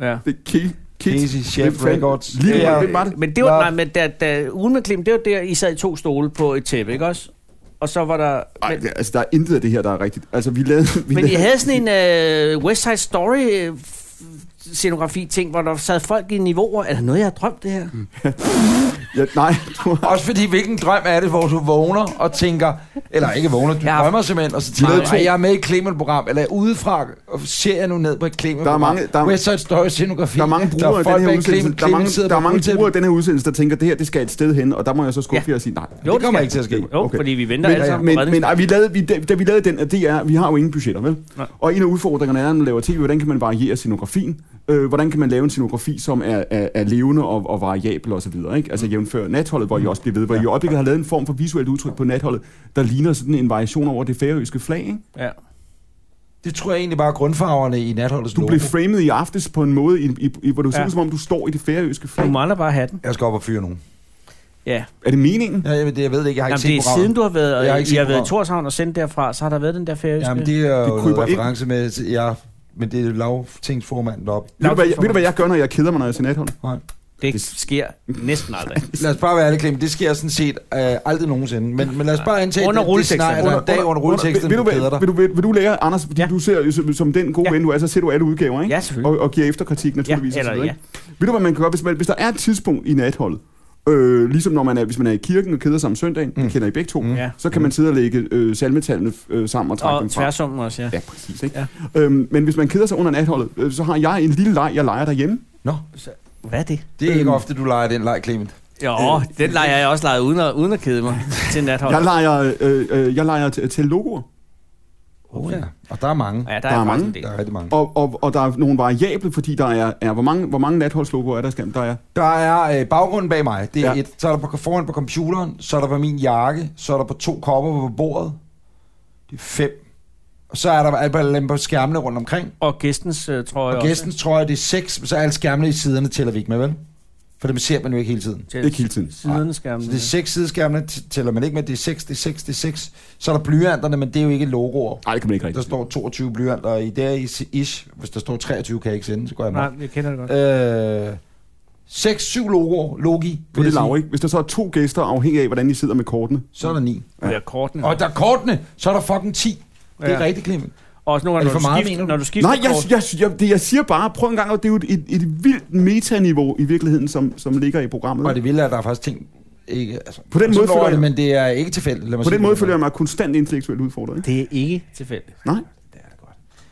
S1: Ja.
S5: Det er Kill.
S2: Casey,
S5: Hvem
S2: Chef
S5: fanden-
S2: Records.
S5: Lige
S2: Det
S5: ja,
S2: er-
S5: det var det.
S1: Men det var,
S2: Nå.
S1: nej, men da, da, ugen med Klim, det var der, I sad i to stole på et tæppe, ikke også? Og så var der...
S5: Ej,
S1: Men,
S5: det- altså, der er intet af det her, der er rigtigt. Altså, vi lavede... Vi
S1: men I
S5: lavede,
S1: havde sådan en øh, West Side Story øh, f- scenografi ting, hvor der sad folk i niveauer. Er det noget, jeg har drømt det her? Mm.
S5: Ja, nej, du har
S2: Også fordi, hvilken drøm er det, hvor du vågner og tænker, eller ikke vågner, du
S1: Ja.
S2: drømmer simpelthen, og så tænker
S1: Nej,
S2: du,
S1: nej.
S2: "Ej, jeg er med i et Clement-program, eller udefra, og ser jeg nu ned på et Clement-program.
S5: mange- der er-
S2: West Side Story scenografi.
S5: Der er mange brugere af
S2: folk
S5: den her
S2: bag
S5: udsendelse,
S2: Clement-
S5: der er mange,
S2: Clement sidder
S5: der er
S2: på
S5: mange
S2: guldtæppet.
S5: brugere af den her udsendelse, der tænker, det her det skal et sted hen, og der må jeg så skuffe
S1: Ja.
S5: jer og sige, nej,
S1: Jo,
S2: kommer
S1: skal-
S2: ikke til at ske.
S1: Jo,
S5: Okay.
S1: fordi vi venter
S5: Men,
S1: alle sammen
S5: men,
S1: på
S5: men
S1: redningsbåden.
S5: ej, vi lavede, vi, da, da vi lavede den, og det er, vi har jo ingen budgetter, vel?
S1: Nej.
S5: Og en af udfordringerne er, når man laver tv, hvordan kan man variere scenografien? Øh, hvordan kan man lave en scenografi, som er, er, er levende og, og variabel osv.? Altså
S1: Mm.
S5: jævnfør natholdet, hvor I også bliver ved, hvor I i øjeblikket har lavet en form for visuelt udtryk på natholdet, der ligner sådan en variation over det færøske flag. Ikke?
S1: Ja.
S2: Det tror jeg egentlig bare er grundfarverne i natholdets
S5: Du
S2: logo.
S5: blev framet i aftes på en måde, i, i, i, hvor du ser
S1: Ja.
S5: ud som om, du står i det færøske
S1: Du
S5: flag.
S1: mangler bare hatten.
S2: Jeg skal op og fyre nogen.
S1: Ja.
S5: Er det meningen?
S2: Ja, jeg, ved det, jeg ved det ikke, jeg har
S1: Jamen,
S2: ikke
S1: det
S2: set
S1: er siden, du har været,
S2: Jeg
S1: jeg
S2: har
S1: har,
S2: ikke
S1: I
S2: set
S1: har været i
S2: programmet.
S1: Torshavn og sendt derfra, så har der været den der færøske.
S2: Jamen, det er jo
S5: kryber
S2: noget
S5: ind.
S2: reference med, til- ja, men det er lavtingsformanden deroppe.
S5: Ved du, hvad, jeg- ved du, hvad jeg gør, når jeg keder mig, når jeg ser nathold?
S2: Nej.
S1: det sker næsten aldrig.
S2: Lad os bare være ærlig, Clement. *laughs* Det sker sådan set øh, aldrig nogensinde. Men, men lad os bare antage,
S1: Under
S2: at det, det
S1: rulleteksterne.
S2: scenarie, der er en dag under rulleteksten,
S5: Vil,
S2: du
S5: vil, vil,
S2: bedre
S5: vil,
S2: dig.
S5: vil, du, vil, vil du lære, Anders, fordi ja.
S1: Ja.
S5: du ser jo som, som den gode ja.
S1: Ja.
S5: ven du er, så ser du alle udgaver, ikke?
S1: Ja, selvfølgelig.
S5: Og, og giver efterkritik naturligvis.
S1: Ja,
S5: og så
S1: eller
S5: videre, ikke? Ved du, hvad man kan gøre, hvis, man, hvis der er et tidspunkt i natholdet, øh, ligesom når man er, hvis man er i kirken og keder sig om søndagen, mm. det kender I begge to, mm.
S1: Ja.
S5: så kan man sidde og lægge øh, salmetallene øh, sammen og trække dem
S1: Og
S5: fra.
S1: tværsummen også, ja.
S5: Ja, præcis. Ikke? Ja. Øhm, men hvis man keder sig under natholdet, øh, så har jeg en lille leg, jeg leger derhjemme.
S2: Nå,
S1: Hvad er det?
S2: det er ikke ofte, du leger den leg, Clement.
S1: Jo, den leger jeg også leget uden at, uden at kede mig *laughs* til nathold.
S5: Jeg leger, øh, øh, jeg leger t- til logoer.
S2: Oh, ja. Og der er mange.
S1: Ja, der,
S5: er
S1: er, er
S5: mange.
S1: mange. En del.
S2: Der er rigtig mange.
S5: Og, og, og der er nogle variable, fordi der er, er hvor mange, hvor mange natholdslogoer er der, Skam? Der er
S2: Der er øh, baggrunden bag mig. Det er
S5: Ja.
S2: ja. et, så er der på, foran på computeren, så er der på min jakke, så er der på to kopper på bordet. Det er fem. Og så er der alt dem på skærmene rundt omkring.
S1: Og gæstens, øh, tror jeg
S2: Og gæsten tror jeg, det er seks, men så er alle skærmene i siderne tæller vi ikke med, vel? For dem ser man jo ikke hele tiden.
S1: også.
S5: ikke hele tiden.
S1: Siden skærmen.
S2: Så det er seks sideskærmene t- tæller man ikke med, det er seks, det er seks, det er seks. Så er der blyanterne, men det er jo ikke logoer.
S5: Nej, det kan man ikke
S2: Der
S5: rigtigt.
S2: står 22 blyanter i der i- ish. Hvis der står 23, kan jeg ikke sende, så går jeg
S1: Nej,
S2: med.
S1: jeg kender det godt.
S2: Øh, 6-7 logoer, logi,
S5: På
S2: vil
S5: det
S2: jeg
S5: lav,
S2: sige.
S5: ikke? Hvis der så er to gæster, afhængig af, hvordan I sidder med kortene.
S2: så er der 9.
S1: Ja. Det er kortene.
S2: Og der er kortene, så er der fucking 10. Det er
S1: Ja.
S2: rigtigt, Clement.
S1: Og også nogle
S2: Er det
S1: gange, når
S2: for
S1: du,
S2: meget,
S1: skift,
S2: mener du?
S1: når du skifter
S5: Nej, jeg,
S1: kort.
S5: jeg, jeg, det, jeg siger bare, prøv en gang, og det er jo et, et, et vildt metaniveau i virkeligheden, som, som ligger i programmet.
S2: Og det vilde er, at der er faktisk ting... Ikke, altså,
S5: På den
S2: sådan
S5: måde
S2: over
S5: føler
S2: det,
S5: jeg-
S2: men det er ikke tilfældigt. Lad mig
S5: På
S2: sige
S5: den
S2: det
S5: måde
S2: på
S5: føler jeg mig konstant intellektuelt udfordret. Ikke?
S1: Det er ikke tilfældigt.
S5: Nej,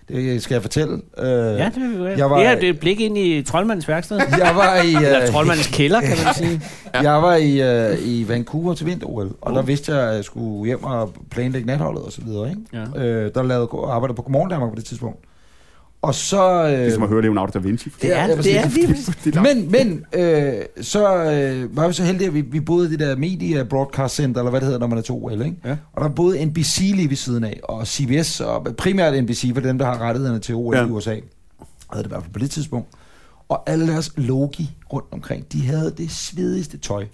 S2: Det skal jeg fortælle. Øh,
S1: Ja, det vil vi gøre.
S2: Jeg var-
S1: Det her det er et blik ind i troldmandens værksted.
S2: Jeg var i... øh,
S1: Eller troldmandens kælder, kan man sige.
S2: Jeg var i, øh, i Vancouver til vinter-OL, og
S5: Uh.
S2: der vidste jeg, at jeg skulle hjem og planlægge natholdet og så videre, ikke?
S1: Ja.
S2: Øh, der lavede arbejder på Godmorgen Danmark på det tidspunkt. Og så... Øh,
S5: det er som at høre Leonardo da Vinci.
S1: Det er,
S2: jeg vil
S1: det
S2: sige-
S1: er lige præcis.
S5: *laughs* Det er
S2: men men øh, så øh, var vi så heldige, at vi, vi boede i det der Media Broadcast Center, eller hvad det hedder, når man er til OL, ikke?
S5: Ja.
S2: Og der boede NBC lige ved siden af, og CBS, og primært NBC, for dem, der har rettighederne til OL
S5: Ja.
S2: ja. i USA. Havde det i hvert fald på det tidspunkt. Og alle deres logi rundt omkring, de havde det svedigste tøj.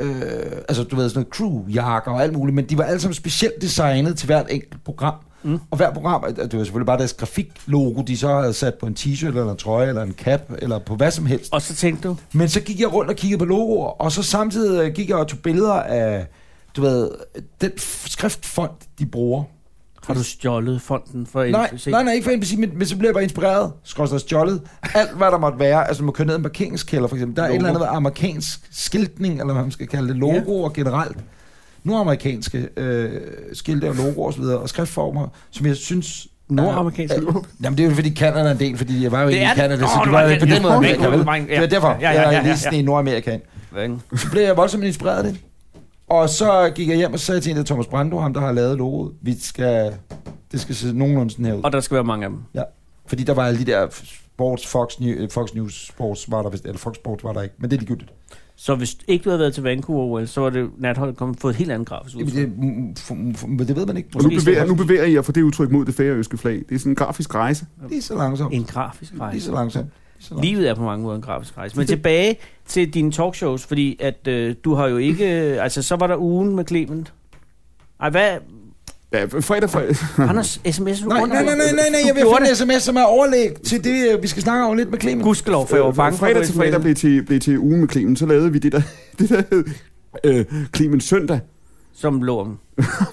S2: Øh, altså, du ved, sådan noget crewjakker og alt muligt, men de var alle sammen specielt designet til hvert enkelt program. Mm. Og hver program, øh, det var selvfølgelig bare deres grafiklogo, de så havde sat på en t-shirt, eller en trøje, eller en cap, eller på hvad som helst.
S1: Og så tænkte du,
S2: Men så gik jeg rundt og kiggede på logoer, og så samtidig øh, gik jeg og tog billeder af, du ved, den f- skriftfont, de bruger.
S1: har du stjålet fonden for en
S2: Nej, nej, nej, ikke for NPC, men, men så blev jeg bare inspireret, skrøst stjålet. Alt, hvad der måtte være, altså man kører ned i en parkeringskælder for eksempel, der er et
S5: Logo.
S2: eller andet amerikansk skiltning, eller hvad man skal kalde det, logoer generelt. Nordamerikanske øh, skilte og logoer osv., og skriftformer, som jeg synes... er-
S1: Nordamerikanske
S2: er- Jamen det er jo fordi Canada er en del, fordi jeg var jo
S1: Det
S2: ikke i
S1: er det.
S2: Canada, så
S1: Åh,
S2: det
S1: du
S2: var
S1: var
S2: jo
S1: i
S2: ikke på den
S1: Canada.
S2: måde
S1: Ja,
S2: Amerika, vel?
S1: ja,
S2: Det var derfor,
S1: ja, ja,
S2: jeg
S1: ja,
S2: er lige
S1: ja.
S2: sådan i Nordamerikan.
S1: nej.
S2: Så blev jeg voldsomt inspireret af det. Og så gik jeg hjem og sagde til en af Thomas Brando, ham der har lavet logoet, vi skal, det skal se nogenlunde sådan her ud.
S1: Og der skal være mange af dem.
S2: Ja. Fordi der var alle de der sports, Fox, New, øh, Fox News Sports var der, vist- eller Fox Sports var der ikke, men det er ligegyldigt.
S1: Så hvis ikke du havde været til Vancouver OL, så var det natholdet kommet fået et helt andet grafisk
S2: Jamen,
S1: udtryk.
S2: det, mm, f- f- men det ved man ikke.
S5: Og nu bevæger, nu bevæger jeg for det udtryk mod det færøske flag. Det er sådan en grafisk rejse.
S2: Lige så langsomt.
S1: En grafisk
S2: Lige så
S1: rejse.
S2: langsomt. Lige så langsomt.
S1: Livet er på mange måder en grafisk rejse. Men tilbage til dine talkshows, fordi at øh, du har jo ikke... Øh, altså, så var der ugen med Clement. Ej, hvad?
S5: Ja, fredag, fredag.
S1: Anders, sms'er du
S2: Nej,
S1: rundt
S2: nej, nej, nej, nej, nej, jeg vil finde en sms, som er overlæg til det, øh, vi skal snakke om lidt med Clemens.
S1: Gudskelov, for jeg var bange for...
S5: fredag til fredag blev til, blev til ugen med Clemen. Så lavede vi det, der, *laughs* det der hed øh, Clemens søndag.
S1: Som lå om.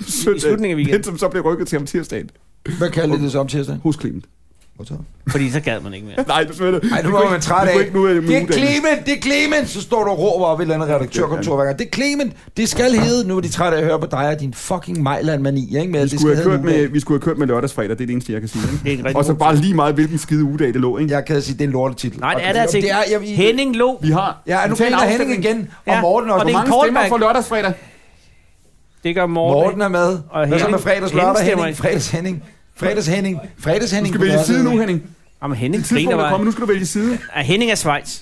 S5: søndag.
S1: slutningen af weekenden.
S5: Den, som så blev rykket til om tirsdagen
S2: Hvad kalder det så om tirsdag?
S5: hos Clement.
S2: Modtaget.
S1: Fordi så gad man ikke mere.
S5: Nej, desværre.
S2: Ej, nu
S5: Du
S2: var
S5: kunne
S2: man
S5: ikke-
S2: træt
S5: du
S2: af.
S5: kunne Ikke, nu er
S2: Det er
S5: mudagen.
S2: Clement, det er Clement, så står du og råber op i et eller andet redaktørkontor hver gang. Det er Clement, det skal hedde. Nu er de trætte af at høre på dig og din fucking mejlandmani, ikke? Med, at
S5: Vi
S2: det
S5: skulle,
S2: skal
S5: have
S2: hedde
S5: kørt med,
S2: med...
S5: vi skulle have kørt med lørdagsfredag, det er det eneste, jeg kan sige.
S1: Det er en
S5: Ikke?
S1: rigtig
S5: Og så
S1: god
S5: bare lige meget, hvilken skide uge det lå, ikke?
S2: Jeg er ked af at sige, det er en lortetitel.
S1: Nej, det er
S2: Og
S1: det altså ikke.
S2: Det er, jeg, jeg,
S1: Henning lå.
S5: Vi har...
S2: Ja, nu
S5: vi tager en
S2: finder Henning
S5: afstemning.
S2: igen, og
S1: Ja,
S2: Morten
S1: og
S2: også.
S5: Hvor
S1: det er en
S5: mange stemmer
S1: callback.
S5: for lørdagsfredag?
S1: Det gør Morten.
S2: Morten er med.
S1: Og
S2: Og Hvad så med
S1: Henning-
S2: fredags
S1: Henning
S2: lørdag,
S1: stemmer
S2: Henning?
S1: ikke.
S2: Fredags Henning. Fredags Henning. Fredags
S5: Du
S2: Henning.
S5: skal vælge side nu, Henning.
S1: Jamen, Henning griner
S5: Tidspunktet er
S1: bare.
S5: kommet, nu skal du vælge side.
S1: Ah, Henning er Schweiz.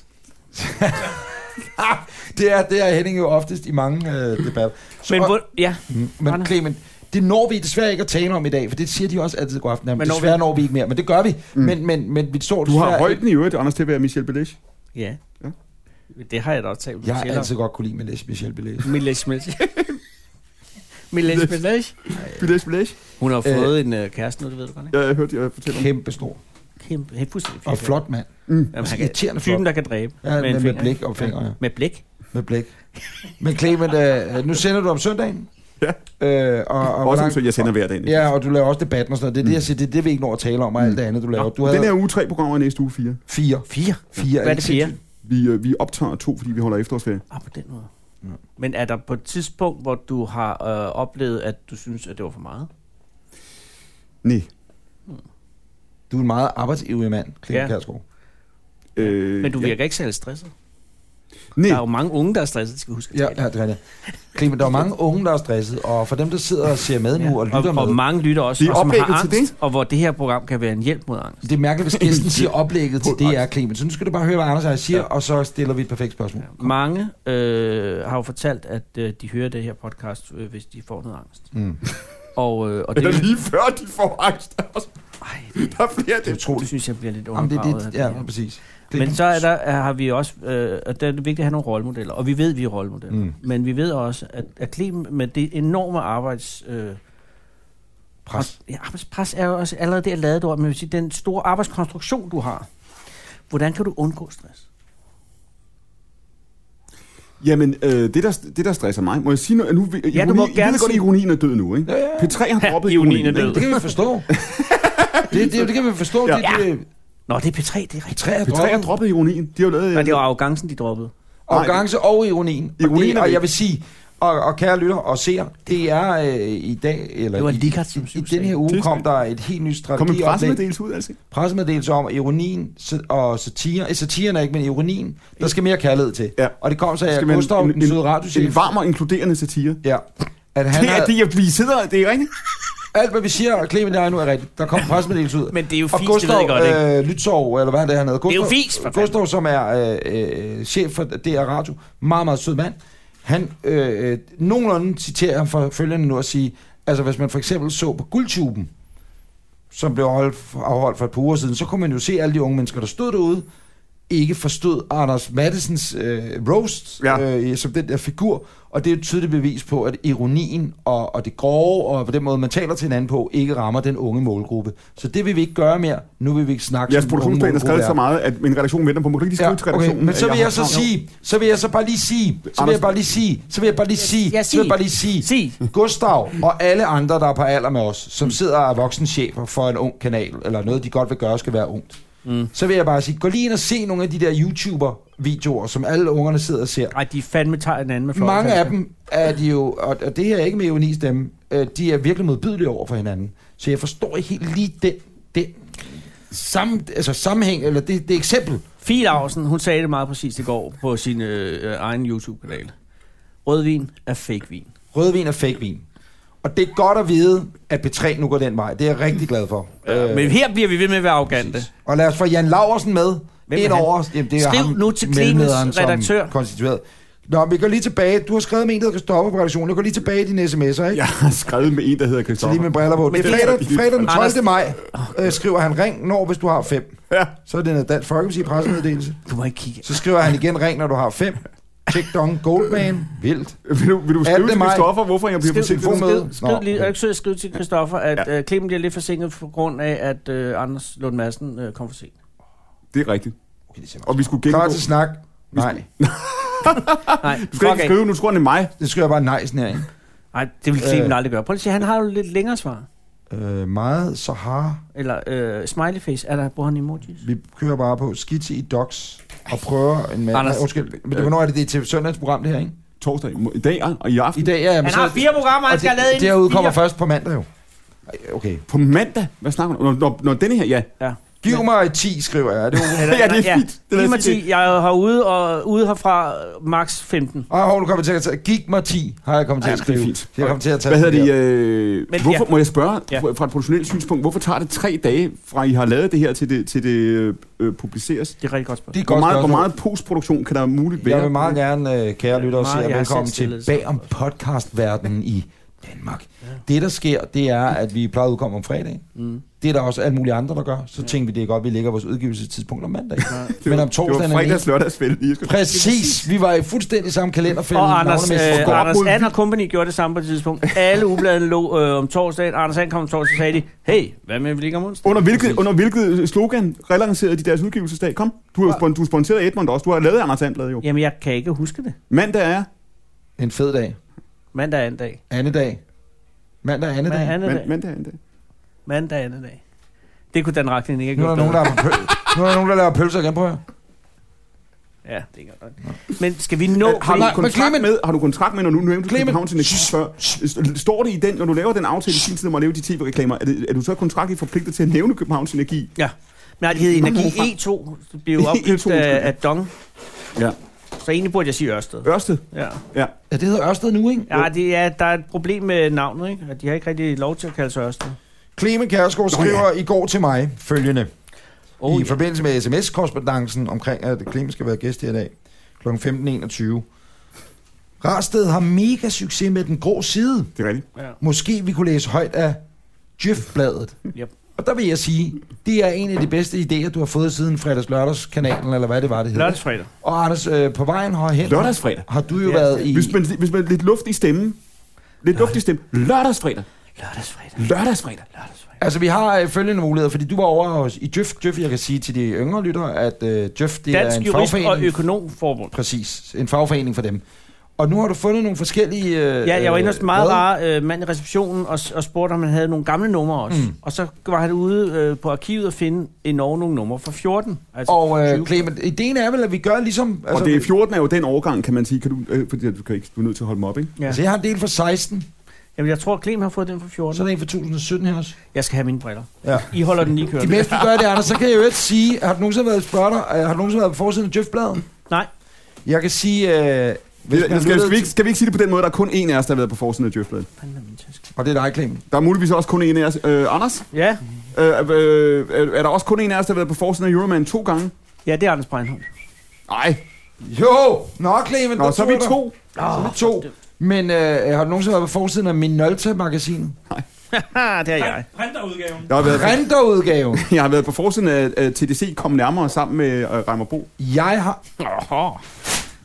S2: Ah, det, er, det er Henning jo oftest i mange øh, debatter. Så-
S1: Men,
S2: og-
S1: hvor, ja,
S2: Men
S1: Anders?
S2: Clement, det når vi desværre ikke at tale om i dag, for det siger de også altid god aften. Jamen,
S1: Men når
S2: desværre
S1: vi-
S2: når vi ikke mere, men det gør vi. Mm. Men, men, men vi står
S5: Du har
S2: desværre ikke-
S5: højden i øvrigt, Anders Tebbe og Michel Belish.
S1: ja.
S5: Ja.
S1: Det har jeg da også talt med
S2: Jeg altså- har
S1: Michelle om.
S2: altid godt kunne lide Michelle, Michelle Belæs.
S1: Milesh
S2: *laughs*
S1: Milesh. Milesh Milesh.
S5: Belish Belish?
S1: Hun har
S2: Øh.
S1: fået en øh, kæreste nu, det ved du godt, ikke?
S5: Ja, jeg hørte, jeg fortæller om.
S2: Kæmpe stor.
S1: Kæmpe, helt fuldstændig
S2: Og flot mand.
S1: Jamen, han kan, typen,
S2: irriterende flot.
S1: der kan dræbe.
S2: Ja, med,
S1: en
S2: med
S1: finger.
S2: blik og fingre. Ja.
S1: Med blik?
S2: Med blik. Men Clement, øh, nu sender du om søndagen.
S5: Ja.
S2: Øh, og, og, hvor
S5: Også
S2: langt-
S5: så jeg sender hver dag.
S2: Ja, og du laver også debatten og sådan noget. Det er det, jeg siger, det, er det vi ikke når at tale om, og alt det andet, du laver. Du havde
S5: Mm. Den her uge tre programmer i næste uge fire.
S2: fire.
S1: Fire?
S2: Fire.
S1: Hvad er det fire?
S5: Vi, øh, vi optager to, fordi vi holder efterårsferie.
S1: Ah, på den måde. Men er der på et tidspunkt, hvor du har øh, oplevet, at du synes, at det var for meget?
S5: Nej.
S2: Du er en meget arbejdsivrig mand, Clement
S1: Ja.
S2: ja. Kærsgaard.
S5: Øh,
S1: Men du virker ikke særlig stresset.
S5: Nej,
S1: Der er jo mange unge, der er stresset, de skal huske at
S2: Ja,
S1: tale.
S2: ja, det er rigtigt. Clement, der er mange unge, der er stresset, og for dem, der sidder og ser med nu og lytter
S1: og, og
S2: med,
S1: mange lytter også,
S5: Vi er
S1: og som har
S5: oplægget til
S1: angst, og hvor det her program kan være en hjælp mod angst.
S2: det er mærkeligt, hvis gæsten siger oplægget
S1: *laughs*
S2: til det er Clement. Så nu skal du bare høre, hvad Anders og jeg siger, og så stiller vi et perfekt spørgsmål.
S1: Mange øh, har jo fortalt, at øh, de hører det her podcast, øh, hvis de får noget angst.
S2: Mm.
S1: *laughs* Og, øh, og det,
S5: eller
S1: det,
S5: lige før de får angst. også. Der er flere af
S2: Det er
S5: dem.
S1: det
S2: utroligt.
S1: synes jeg bliver lidt
S2: Jamen, det
S1: undergravet.
S2: er det,
S1: af
S2: ja,
S1: her.
S2: præcis.
S1: Men så er der, er- har vi også, øh, og der er det vigtigt at have nogle rollemodeller, og vi ved, at vi er rollemodeller,
S2: Mm.
S1: mm. men vi ved også, at, at Clem med det enorme arbejds... Øh,
S2: Pres.
S1: Ja, arbejdspres er jo også allerede det, jeg lavede det ord, men jeg vil sige, den store arbejdskonstruktion, du har, hvordan kan du undgå stress?
S5: Jamen, øh, det, der, det der stresser mig, må jeg sige noget? Nu, ja,
S1: du må gerne
S5: ved godt, at
S1: sige-
S5: ironien er død nu, ikke?
S2: Ja, ja, ja.
S5: P3 har
S1: Ja,
S5: droppet
S1: ironien
S5: ironien.
S1: er død.
S5: ikke?
S2: Det kan vi
S1: *laughs*
S2: forstå. Det, det, det kan vi forstå.
S5: Ja.
S2: Det, det,
S1: Nå, det er P3, det er rigtigt.
S2: P3 er
S5: P3 har
S2: droppet.
S5: droppet ironien. De har jo
S2: Øh.
S5: lavet...
S1: Men det var arrogancen, de droppede.
S2: Arrogance og ironien. Og,
S5: Ironien
S2: det,
S5: er
S2: og
S5: væk.
S2: jeg vil sige, og, og kære lytter og seere, det er øh, i dag, eller
S1: Det var
S2: i,
S1: Likert, som
S2: i, i
S1: synes,
S2: den her uge
S5: det-
S2: kom der et helt nyt
S5: Kom en
S2: strategioplæg
S5: pressemeddelelse ud, altså.
S2: pressemeddelelse om at ironien sa- og satire. Eh, satiren er ikke, men ironien, der skal mere kærlighed til.
S5: Ja.
S2: Og det kom så
S5: Skal
S2: af
S5: man-
S2: Gustav, den søde radiochef.
S5: En varm og inkluderende satire.
S2: ja. At han
S5: Det er
S2: havde,
S5: det, jeg vi sidder... Det er rigtigt.
S2: alt, hvad vi siger, og Clemen og jeg nu er rigtigt. Der kom en pressemeddelelse ud.
S1: Men det er jo
S2: og
S1: fis, det ved jeg godt, ikke?
S2: øh, Lytzov, eller hvad han det, han hedder.
S1: er jo
S2: Gustav,
S1: fis, for fanden.
S2: Gustav, som er øh, øh, chef for DR Radio, meget, meget sød mand, han øh, øh, nogenlunde citerer ham for følgende nu at sige, altså hvis man for eksempel så på guldtuben, som blev holdt, afholdt for et par uger siden, så kunne man jo se alle de unge mennesker, der stod derude, ikke forstod Anders Mattesens øh, roast
S5: Ja.
S2: ja. øh, som den der figur, og det er et tydeligt bevis på, at ironien og, og det grove, og på den måde, man taler til hinanden på, ikke rammer den unge målgruppe. Så det vil vi ikke gøre mere. Nu vil vi ikke snakke
S5: Jeres
S2: som den unge
S5: produktionsplan er
S2: målgruppe
S5: skrevet så meget, at min redaktion venter på mig. Kan du ikke lige
S2: Ja,
S5: skrive til redaktionen?
S2: okay. Men
S5: at
S2: så vil
S5: har
S2: jeg så
S5: travlt?
S2: sige, så vil jeg så bare lige sige, så vil
S5: Anders-
S2: jeg bare lige sige, så vil jeg bare lige sige,
S1: Ja,
S2: så vil jeg
S1: sig.
S2: bare lige sige,
S1: Sig.
S2: Gustav og alle andre, der er på alder med os, som sidder og er voksenchefer for en ung kanal, eller noget, de godt vil gøre, skal være ungt. Mm. Så vil jeg bare sige, gå lige ind og se nogle af de der YouTuber-videoer, som alle ungerne sidder og ser.
S1: Ej, de fandme tager en anden med fløjten.
S2: Mange af dem er de jo, og, og det her er ikke med ironi stemme, øh, de er virkelig modbydelige over for hinanden. Så jeg forstår ikke helt lige den, den sammen, altså sammenhæng, eller det, det eksempel.
S1: Fie Larsen, hun sagde det meget præcist i går på sin øh, øh, egen YouTube-kanal. Rødvin er fake vin.
S2: Rødvin og fake vin. Og det er godt at vide, at B3 nu går den vej. Det er jeg rigtig glad for.
S1: Øh, Men her bliver vi ved med at være arrogante.
S2: Og lad os få Jan Laversen med.
S1: Hvem er
S2: ind
S1: han?
S2: over. Jamen, det er
S1: Skriv
S2: ham,
S1: nu til
S2: mellemlederen,
S1: Clemens
S2: som
S1: redaktør.
S2: Konstitueret. Nå, vi går lige tilbage. Du har skrevet med en, der skal stoppe på redaktionen. Jeg går lige tilbage i dine sms'er, ikke?
S5: Jeg har skrevet med en, der hedder
S2: Så lige med
S5: Christoffer.
S2: briller på.
S1: Men
S2: Det er
S1: det er-
S2: fredag, fredag den 12.
S1: Anders-
S2: maj, øh, skriver han, ring når, hvis du har fem.
S5: Ja.
S2: Så er det en Dansk Folkeparti pressemeddelelse.
S1: Du må ikke kigge.
S2: Så skriver han igen, ring når du har fem. Tjek dong, Goldman, vildt.
S5: Vil du, vil du skrive
S2: Attende
S5: til
S2: maj.
S5: Christoffer, hvorfor jeg bliver
S1: Skriv, skriv,
S5: forsinket?
S2: telefon med.
S1: skriv, skriv,
S2: Nå,
S1: lige,
S2: okay.
S1: jeg skal skrive til Christoffer, at
S5: Ja.
S1: ja. øh, Clemen bliver lidt forsinket på grund af, at øh, Anders Lund Madsen øh, kom for sent.
S2: Ah,
S5: Det er rigtigt.
S2: Okay, det ser meget
S5: Og vi skulle gennemgå...
S2: Klar til snak. Nej,
S1: Nej,
S5: Du skal ikke
S1: okay.
S5: skrive, nu tror han det er mig.
S2: det skriver jeg bare nej sådan her, ikke?
S1: Nej, det vil Clemen
S2: Øh.
S1: øh. aldrig gøre. Prøv lige at se, han har jo lidt længere svar.
S2: Øh, meget Sahara.
S1: Eller øh, smileyface, er der, bruger han emojis?
S2: Vi kører bare på skitse i docs og prøver en masse...
S1: Anders.
S2: Nej, Undskyld, men det, hvornår er det, det er til søndagens program, det her, ikke?
S5: Torsdag i dag og i aften.
S2: I dag, ja, men
S1: Han har fire programmer, han
S2: og
S1: skal have lavet
S2: det, det her
S1: inden
S2: udkommer
S1: fire.
S2: først på mandag jo. Ej, Okay.
S5: På mandag? Hvad snakker du om? Når, når, når denne her, ja.
S1: Ja.
S2: Giv mig 10, skriver jeg. Er det
S1: *laughs*
S2: okay?
S5: Ja, det er fint. Det
S1: Giv mig
S5: er fint.
S1: 10. Jeg er herude, og ude herfra øh, max 15.
S2: Ej, hov, du kommer til at tage. Giv mig 10, har jeg kommet til
S5: Ej,
S2: at
S5: det er
S2: skrive.
S5: fint.
S2: Jeg kommer til at tage
S5: Hvad hedder det?
S2: her.
S5: Øh,
S1: Men
S5: Men, hvorfor,
S1: ja.
S5: ja. må jeg spørge
S1: Ja.
S5: ja. fra et professionelt synspunkt, hvorfor tager det tre dage fra I har lavet det her til det, til det øh, øh, publiceres?
S1: Det er rigtig godt spørgsmål.
S2: Det er et
S5: Hvor
S2: godt
S5: meget, hvor
S2: spørgsmål.
S5: meget postproduktion kan der muligt være?
S2: Jeg vil meget gerne, øh, kære lyttere,
S1: meget-
S2: sige
S1: jeg
S2: jer
S1: har
S2: velkommen
S1: selv stillet
S2: til
S1: sådan
S2: Bag om podcastverdenen i Danmark. Det, der sker, det er, at vi plejer at udkomme om fredagen.
S1: Mm.
S2: Det er der også alle mulige andre, der gør. Så tænkte vi, det er godt, vi lægger vores udgivelsestidspunkt om mandag.
S5: Det var-
S2: Men om torsdagen
S5: Det
S2: er
S5: var
S2: den
S5: fredags
S2: ikke.
S5: lørdagsfælde. I skal-
S2: Præcis, vi var i fuldstændig samme kalenderfælde.
S1: Og Anders,
S2: navnemæssigt.
S1: øh,
S5: går op
S1: Anders
S5: mod
S1: And og Company gjorde det samme på et tidspunkt. Alle ubladene lå øh, om torsdagen. Anders And kom om torsdag, så sagde de, hey, hvad med, at vi ligger om onsdag?
S5: Under hvilket, under hvilket øh, slogan relancerede de deres udgivelsesdag? Kom, du har spon- du er sponsoreret af Edmund også. Du har lavet Anders Sandblad jo.
S1: Jamen, jeg kan ikke huske det.
S5: Mandag er...
S2: En fed dag.
S1: Mandag er en dag.
S2: Andedag. Mandag er
S1: Mandag
S2: andedag.
S1: anden
S5: Mand,
S1: dag.
S5: mandag er en dag.
S1: Mandag er anden dag. Det kunne Dan Racklin ikke
S2: Nu er
S1: have
S2: der
S1: gjort
S2: nogen, der er på pøl- Nu er der nogen, der laver pølser igen, prøv at høre.
S1: bedre. Ja, det er godt nok. Men skal vi nå...
S5: Øh, har,
S1: fordi-
S5: du kontrakt med, har du kontrakt med, når nu nævnte du
S2: Clement.
S5: Københavns Energi før? St- Står det i den, når du laver den aftale i sin tid om at lave de tv-reklamer, er, det, er du så kontraktligt forpligtet til at nævne Københavns Energi?
S1: Ja. Men nej, det hedder Energi E2. Det blev jo opkøbt
S5: E2,
S1: af, af Dong.
S5: Ja.
S1: Så egentlig burde jeg sige Ørsted.
S5: Ørsted?
S1: Ja.
S5: Ja.
S2: Ja, det hedder Ørsted nu, ikke?
S1: Ja, det er, der er et problem med navnet, ikke? At de har ikke rigtig lov til at kalde sig Ørsted.
S2: Clemen Kærsgaard skriver i går til mig følgende.
S1: Oh,
S2: Oh, I
S1: ja.
S2: forbindelse med sms korrespondancen omkring, at Clemen skal være gæst her i dag kl. 15.21. Rarsted har mega succes med den grå side.
S5: Det er rigtigt.
S2: Måske vi kunne læse højt af Jøf-bladet.
S1: Yep.
S2: Og der vil jeg sige, det er en af de bedste idéer, du har fået siden fredags-lørdagskanalen, eller hvad det var, det hed.
S1: Lørdagsfredag.
S2: Og Anders, øh, på vejen herhen
S5: Lørdagsfredag.
S2: har du jo
S1: Ja.
S2: været i...
S5: Hvis man, hvis man lidt luft i stemmen, lidt luft i stemmen, lørdagsfredag,
S1: Lørdagsfredag.
S5: lørdagsfredag.
S1: Lørdagsfredag.
S2: Altså, vi har øh, følgende muligheder, fordi du var over hos, i Jøf. Jøf, jeg kan sige til de yngre lyttere, at øh, Jøf, det er
S1: Dansk
S2: en
S1: Jurist
S2: fagforening.
S1: og Økonomforbund.
S2: Præcis. En fagforening for dem. Og nu har du fundet nogle forskellige... Øh,
S1: Ja, jeg var inde hos en meget
S2: hvad?
S1: rar øh, mand i receptionen og, s- og spurgte, om han havde nogle gamle numre også. Mm. Og så var han ude øh, på arkivet og finde i Norge nogle numre fra 14. Altså
S2: Og øh,
S1: 20.
S2: Clement, ideen er vel, at vi gør ligesom...
S5: Og det er 14 Altså, er jo den årgang, kan man sige, kan du, øh, fordi du, kan ikke, du er nødt til at holde mig op, ikke?
S1: Ja.
S2: Altså, jeg har en del for 16,
S1: Jamen, jeg tror, Clem har fået den fra
S2: og
S1: 14.
S2: så er der en for 1017 her også.
S1: Jeg skal have mine briller.
S2: Ja.
S1: I holder den lige
S2: De
S1: kørende.
S2: mest du gør det, Anders, så kan jeg jo ikke sige, har du nogensinde været spørger dig, øh, har du nogensinde været på forsiden af Jøfbladet?
S1: Nej.
S2: Jeg kan sige, øh, hvis man
S5: Skal, skal,
S2: lyttede
S5: skal, vi ikke,
S2: til-
S5: skal vi ikke sige det på den måde, der er kun én af os, der har været på forsiden af Djøfbladet?
S1: Fanden er min taske.
S2: Og det er dig, Clement.
S5: Der er muligvis også kun en af os. Øh, Anders,
S1: Ja.
S5: øh, øh, er- er der også kun en af os, der har været på forsiden af Euroman to gange?
S1: ja, det er Anders Breinholt.
S5: Nej.
S2: Jo! Nå, Clement,
S5: Nå,
S2: der
S5: så er
S2: tog
S5: vi
S2: jeg dig.
S5: to.
S2: Så er vi to. Men øh, har du nogensinde været på forsiden af Minolta-magasinet?
S1: Ah, *laughs* det er jeg.
S4: Printerudgaven.
S5: Jeg har været,
S2: Renterudgaven.
S5: jeg har været på forsiden af, af TDC Kom Nærmere sammen med øh, Reimer Bo.
S2: Jeg har
S1: Åh,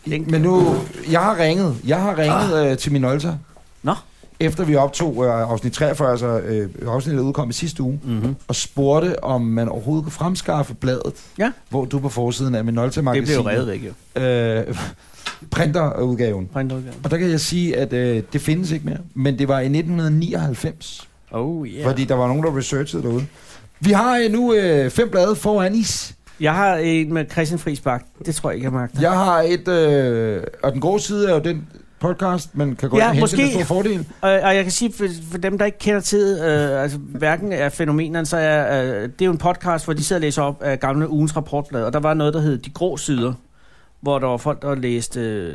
S1: Link.
S2: Men nu, jeg har ringet. Jeg har ringet ah. øh, til Minolta.
S1: Nå.
S2: Efter vi optog øh, afsnit 43, altså øh, afsnittet der udkom i sidste uge,
S1: Mm-hmm.
S2: og spurgte, om man overhovedet kunne fremskaffe bladet,
S1: Ja.
S2: hvor du er på forsiden af
S1: Det blev
S2: Minolta-magasinet.
S1: jo reddet væk, jo.
S2: reddet. Øh, printerudgaven.
S1: Breinholt.
S2: Og der kan jeg sige, at øh, det findes ikke mere. Men det var i 1999,
S1: Oh,
S2: yeah. fordi der var nogen, der researchede derude. Vi har øh, nu øh, fem blade foran is.
S1: Jeg har en med Christian Friis Bak. Det tror jeg ikke, jeg magter.
S2: Jeg har et... Øh, og den gode side er jo den podcast, man kan gå
S1: Ja,
S2: ind og
S1: måske.
S2: hente den store fordel.
S1: Og, og jeg kan sige, for, for dem, der ikke kender til øh, altså, hverken af fænomenerne, så er øh, det er jo en podcast, hvor de sidder og læser op af gamle ugens rapportblad. Og der var noget, der hed De Grå Sider, hvor der var folk, der læste, øh,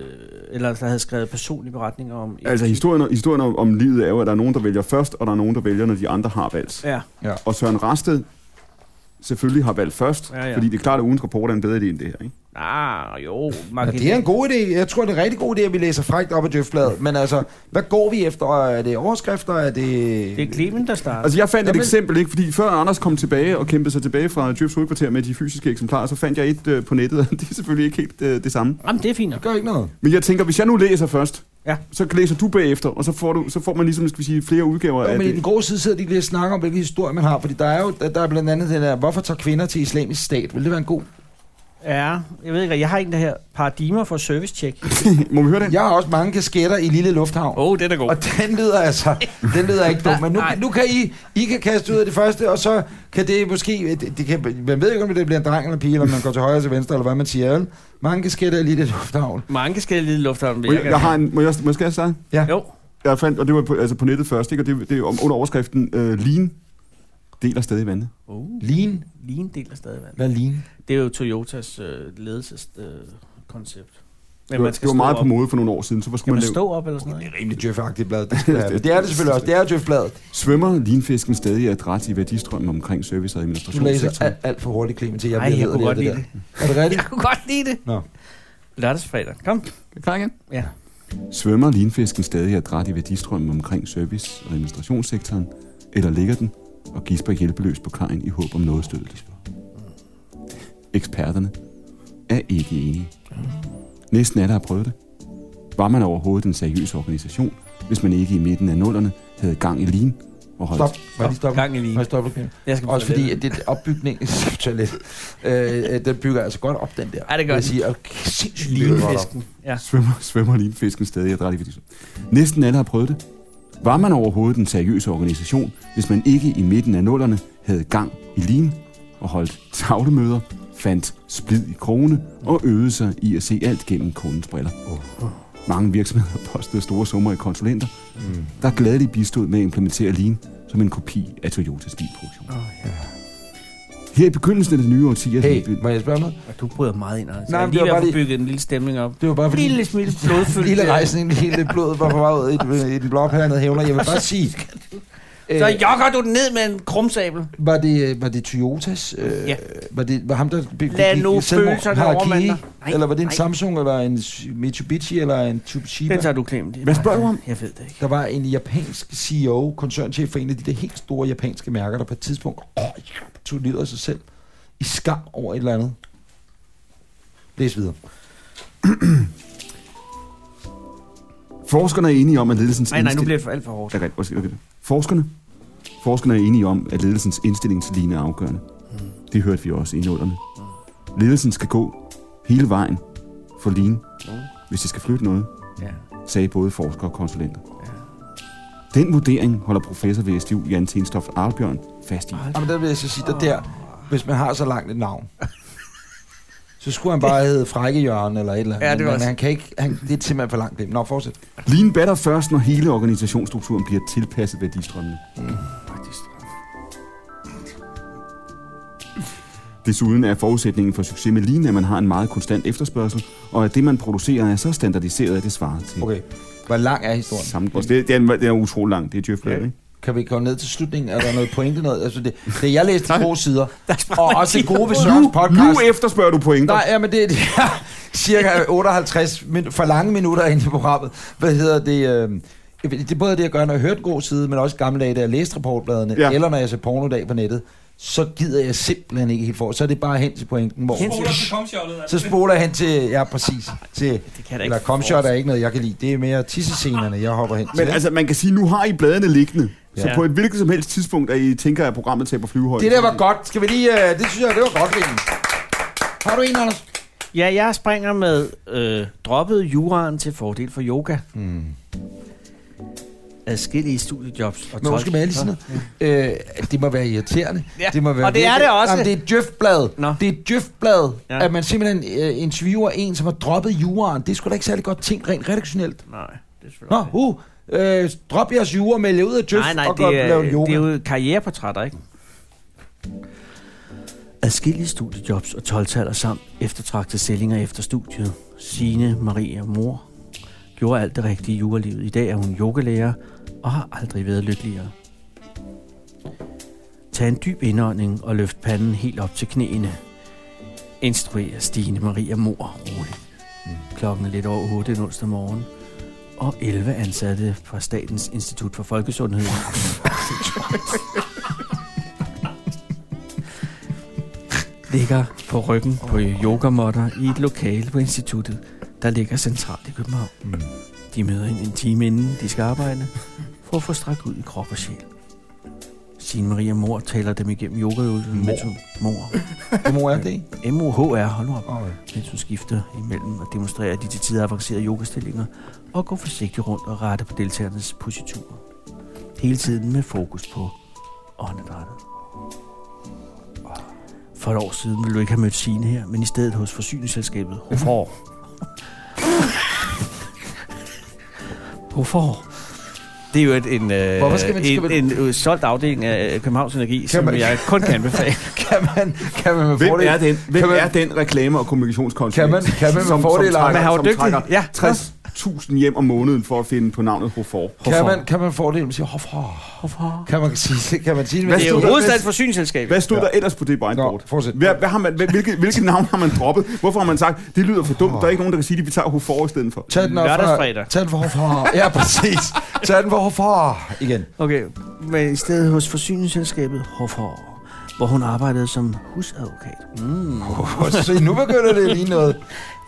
S1: eller der havde skrevet personlige beretninger om...
S5: Altså, historien, historien om, om livet er jo, at der er nogen, der vælger først, og der er nogen, der vælger, når de andre har valgt.
S1: Ja,
S5: Og Søren Rasted selvfølgelig har valgt først,
S1: Ja,
S5: ja,
S1: ja.
S5: ja. fordi det er klart, at ugens rapport er en bedre idé end det her, ikke?
S1: ah, jo,
S2: Ja,
S1: marginal.
S2: det er en god idé. Jeg tror, det er en rigtig god idé, at vi læser frægt op af Djøfbladet. Men altså, hvad går vi efter? Er det overskrifter? Er det...
S1: det er Clemen, der starter.
S5: Altså, jeg fandt et
S2: Jamen-
S5: eksempel, ikke? Fordi før Anders kom tilbage og kæmpede sig tilbage fra Djøfs hovedkvarter med de fysiske eksemplarer, så fandt jeg et øh, på nettet, *laughs* og det er selvfølgelig ikke helt øh, det samme.
S1: Jamen, det er fint. nok.
S2: Det gør ikke noget.
S5: Men jeg tænker, hvis jeg nu læser først,
S1: Ja.
S5: så læser du bagefter, og så får, du, så får man ligesom, skal vi sige, flere udgaver
S2: Jo,
S5: af
S2: men i den
S5: det.
S2: gode side sidder de lige og snakker om, hvilke historier man har. Fordi der er jo der der er blandt andet den der, hvorfor tager kvinder til islamisk stat? Vil det være en god
S1: Ja, jeg ved ikke, jeg har en der her paradigmer for service check.
S5: *laughs* Må vi høre den?
S2: Jeg har også mange kasketter i Lille Lufthavn.
S1: Åh, oh, den er god.
S2: Og den lyder altså, den lyder ikke dum. Men nu,
S1: Nej.
S2: nu kan I, I kan kaste ud af det første, og så kan det måske, det, det kan, man ved ikke, om det bliver en dreng eller en pige, eller om man går til højre eller til venstre, eller hvad man siger. vel? Mange kasketter i Lille Lufthavn.
S1: Mange skal lide lufthavnen.
S5: Må
S1: vil
S5: jeg, jeg
S1: gerne.
S5: har en, må jeg, må jeg, skal jeg starte?
S2: Ja.
S1: Jo.
S5: Jeg fandt, og det var på, altså på nettet først, ikke? og det, det er om- under overskriften, øh, lean deler stadig vandet.
S1: Oh.
S2: Lean.
S1: Lean deler stadig vand.
S2: Hvad er lean?
S1: Det er jo Toyotas øh, ledelseskoncept. Øh, koncept.
S5: Det var, det var
S1: stå
S5: meget
S1: op.
S5: på mode for nogle år siden, så hvor
S1: Skal
S5: skulle
S1: man
S5: man lave...
S1: stå op eller sådan noget?
S2: Det
S1: ikke?
S2: er rimelig djøfagtigt blad.
S1: *laughs*
S2: Det, skal det, det, det er det selvfølgelig også. Det er djøfbladet.
S5: Svømmer linfisken stadig i adræt i værdistrømmen omkring service- og
S2: Du læser
S5: administrationssektoren?
S2: alt, alt for hurtigt, Clemen, til jeg
S1: Ej,
S2: bliver
S1: jeg
S2: led af
S1: kunne godt
S2: det,
S1: lide
S2: der.
S1: det.
S2: Er det rigtigt?
S1: Jeg kunne godt lide det.
S2: Nå.
S1: Lørdagsfredag. Kom.
S5: Klar igen?
S1: Ja.
S5: Svømmer linfisken stadig i adræt i værdistrømmen omkring service- og administrationssektoren? Eller ligger den og gisper hjælpeløs på kajen i håb om noget støttelse? Eksperterne er ikke enige. Næsten alle har prøvet det. Var man overhovedet en seriøs organisation, hvis man ikke i midten af nullerne havde gang i lean og holdt
S2: Stop. Må jeg lige stoppe?
S1: Gang i lige.
S2: Må jeg stoppe, Clemen?
S1: Jeg skal på
S2: Også fordi,
S1: toilettet.
S2: at det opbygning, *laughs* toilet, øh, øh, den bygger altså godt op, den der.
S1: Ja, det gør den.
S2: vil jeg sige, og sindssygt bygger godt op.
S1: Linefisken. Ja.
S5: svømmer, *laughs* svømmer linfisken stadig i adræt i Vitisse. Næsten alle har prøvet det. Var man overhovedet en seriøs organisation, hvis man ikke i midten af nullerne havde gang i lin og holdt tavlemøder, fandt splid i krogene og øvede sig i at se alt gennem kundens briller? Mange virksomheder *laughs* postede store summer i konsulenter, der gladeligt bistod med at implementere lean som en kopi af Toyotas bilproduktion. Her i begyndelsen af det nye årti...
S2: Hey, må jeg spørge om noget?
S1: Og du bryder meget ind, Anders.
S2: Nej,
S1: Nej, jeg er lige
S2: men
S1: ved at få
S2: det var bare lige-
S1: bygget en lille stemning op.
S2: Det var bare fordi,
S1: Lille smil blodfyldt.
S2: hele
S1: øh,
S2: rejsen, hele blodet var på vej ud i, i den blåpærende hævner. Jeg vil bare sige, øh,
S1: *laughs* Så jokker du den ned med en krumsabel.
S2: var, det, øh, var det Toyotas? Øh,
S1: Ja.
S2: Var det var ham, der be-
S1: Lad
S2: begik
S1: nu
S2: selvmord?
S1: følelserne
S2: Harakiri?
S1: overmande dig. Nej,
S2: Eller var det en
S1: nej.
S2: Samsung, eller en Mitsubishi, eller en Toshiba?
S1: Den tager du klemt.
S5: Hvad spørger du om?
S1: Jeg ved det ikke.
S2: Der var en japansk CEO, koncernchef for en af de der helt store japanske mærker, der på et tidspunkt åh, tog livet af sig selv i skam over et eller andet. Læs videre.
S5: Forskerne er enige om, at ledelsens
S1: Nej, nej, nu
S5: indstilling-
S1: bliver det for alt for hårdt.
S5: Det er rigtigt. Undskyld, okay. Forskerne. Forskerne er enige om, at ledelsens indstilling til lignende er afgørende. Det hørte vi også i nullerne. Ledelsen skal gå hele vejen for lean, hvis de skal flytte noget,
S1: Ja.
S5: sagde både forskere og konsulenter. Den vurdering holder professor ved SDU Jan Tenstoft Arbjørn fast i.
S2: Jamen, der vil jeg så sige dig der, hvis man har så langt et navn, så skulle han bare hedde Frække Jørgen eller et eller andet.
S1: Ja, det var
S2: men
S1: også-
S2: han kan ikke, han, det er simpelthen for langt. det. Nå, fortsæt.
S5: Lean batter først, når hele organisationsstrukturen bliver tilpasset værdistrømmene. Desuden er forudsætningen for succes med Lean, at man har en meget konstant efterspørgsel, og at det, man producerer, er så standardiseret, at det svarer til
S2: Okay. Hvor lang er historien?
S5: Samme det, Altså, det, er, en- det er utrolig langt. Det er Jeff Blair,
S1: Ja.
S5: ikke?
S2: Kan vi komme ned til slutningen? Er der noget pointe? Noget? Altså det, det jeg læste to sider,
S1: sprang
S2: og
S1: man
S2: også det
S1: lige
S2: gode ved
S1: over.
S2: Sørens podcast.
S5: Nu efterspørger du pointer.
S2: Nej, ja, men det er *laughs* ja, cirka 58 min, for lange minutter ind i programmet. Hvad hedder det? Øh, det er både det, jeg gør, når jeg hører en god side, men også gamle dage, da jeg læste rapportbladene,
S5: Ja.
S2: ja. eller når jeg ser pornodag på nettet, så gider jeg simpelthen ikke helt for. Så er det bare hen til pointen, hvor...
S1: Hen
S4: Spoler til komshjoldet, altså.
S2: Så spoler jeg hen til... Ja, præcis. Til,
S1: Det kan da ikke
S2: eller komshot er ikke noget, jeg kan lide. Det er mere tissescenerne, jeg hopper hen til.
S5: Men altså, man kan sige, nu har I bladene liggende. Så
S1: Ja.
S5: på et hvilket som helst tidspunkt, at I tænker, at programmet tager på flyvehøjde.
S2: det der var godt. Skal vi lige... Øh, det synes jeg, det var godt, Lene. Har du en, Anders?
S1: Ja, jeg springer med øh, droppet juraen til fordel for yoga. Mm.
S2: Hmm.
S1: Adskillige studiejobs. Og
S2: Men undskyld mig, jeg lige sige noget. Øh, det må være irriterende.
S1: Ja,
S2: Det må være
S1: og det er
S2: virkelig-
S1: det også.
S2: Jamen, det er et djøfblad.
S1: Nå.
S2: Det er et djøfblad,
S1: Ja.
S2: ja. at man simpelthen øh, interviewer en, som har droppet juraen. Det er sgu da ikke særlig godt tænkt rent redaktionelt.
S1: Nej, det er selvfølgelig
S2: Nå,
S1: ikke.
S2: uh, øh, drop jeres jura, meld jer ud af djøf
S1: Nej, nej,
S2: og
S1: det
S2: gå og
S1: er,
S2: lave yoga.
S1: det er jo karriereportrætter, ikke? Adskillige studiejobs og 12 samt eftertragtede stillinger efter studiet. Signe, Maria, mor, gjorde alt det rigtige i juralivet. I dag er hun yogalærer og har aldrig været lykkeligere. Tag en dyb indånding og løft panden helt op til knæene. Instruerer Stine Maria Mor roligt. Klokken er lidt over 8 en onsdag morgen og 11 ansatte fra Statens Institut for Folkesundhed. ligger på ryggen på yogamotter i et lokale på instituttet, der ligger centralt i København. De møder ind en time inden de skal arbejde, for at få strakt ud i krop og sjæl. Signe Maria Mor taler dem igennem yogaøvelsen, mens hun... Mor.
S2: Det må jeg det.
S1: M-O-H-R, hold nu op.
S2: Okay.
S1: mens hun skifter imellem og demonstrerer de til tider avancerede yogastillinger og går forsigtigt rundt og retter på deltagernes positurer. Hele tiden med fokus på åndedrættet. For et år siden ville du ikke have mødt Signe her, men i stedet hos forsyningsselskabet
S2: *laughs*
S1: Hofor. Hofor. Det er jo et, en, øh,
S2: Hvorfor skal man- skal
S1: en,
S2: man-
S1: en, øh, solgt afdeling af Københavns Energi, kan som
S2: man-
S1: man... jeg kun kan anbefale.
S2: Kan man, kan man med
S5: Hvem
S2: fordel...
S5: er den, hvem
S2: Kan man-
S5: er den reklame- og kommunikationskonsulent?
S2: Kan man- kan man med fordel
S5: som trækker,
S1: Man er jo
S5: som
S1: dygtig.
S5: trækker
S1: Ja.
S5: 60.000 hjem om måneden for at finde på navnet Hofor.
S2: Kan
S1: Hofor.
S2: man, kan man fordele med sige, hof, hof.
S1: Hofor.
S2: Kan man sige, kan man sige
S5: Hvad
S1: Det er
S5: stod
S1: jo
S5: der?
S1: hovedstadens forsyningsselskab.
S5: Hvad stod der ellers på det
S2: Nå,
S5: bindboard?
S2: fortsæt.
S5: Hvad, hvad har man, hvad, hvilke, hvilke navn har man droppet? Hvorfor har man sagt, det lyder for dumt, der er ikke nogen, der kan sige det, vi tager Hofor i stedet for?
S2: Tag den op
S1: Lørdagsfredag.
S2: fra... Tag den for hvorfor. Ja, præcis. Tag den for hvorfor.
S5: *laughs*
S2: Igen.
S1: Okay, men i stedet hos forsyningsselskabet Hofor, hvor hun arbejdede som husadvokat. Mm.
S2: Åh, Se, nu begynder det lige noget.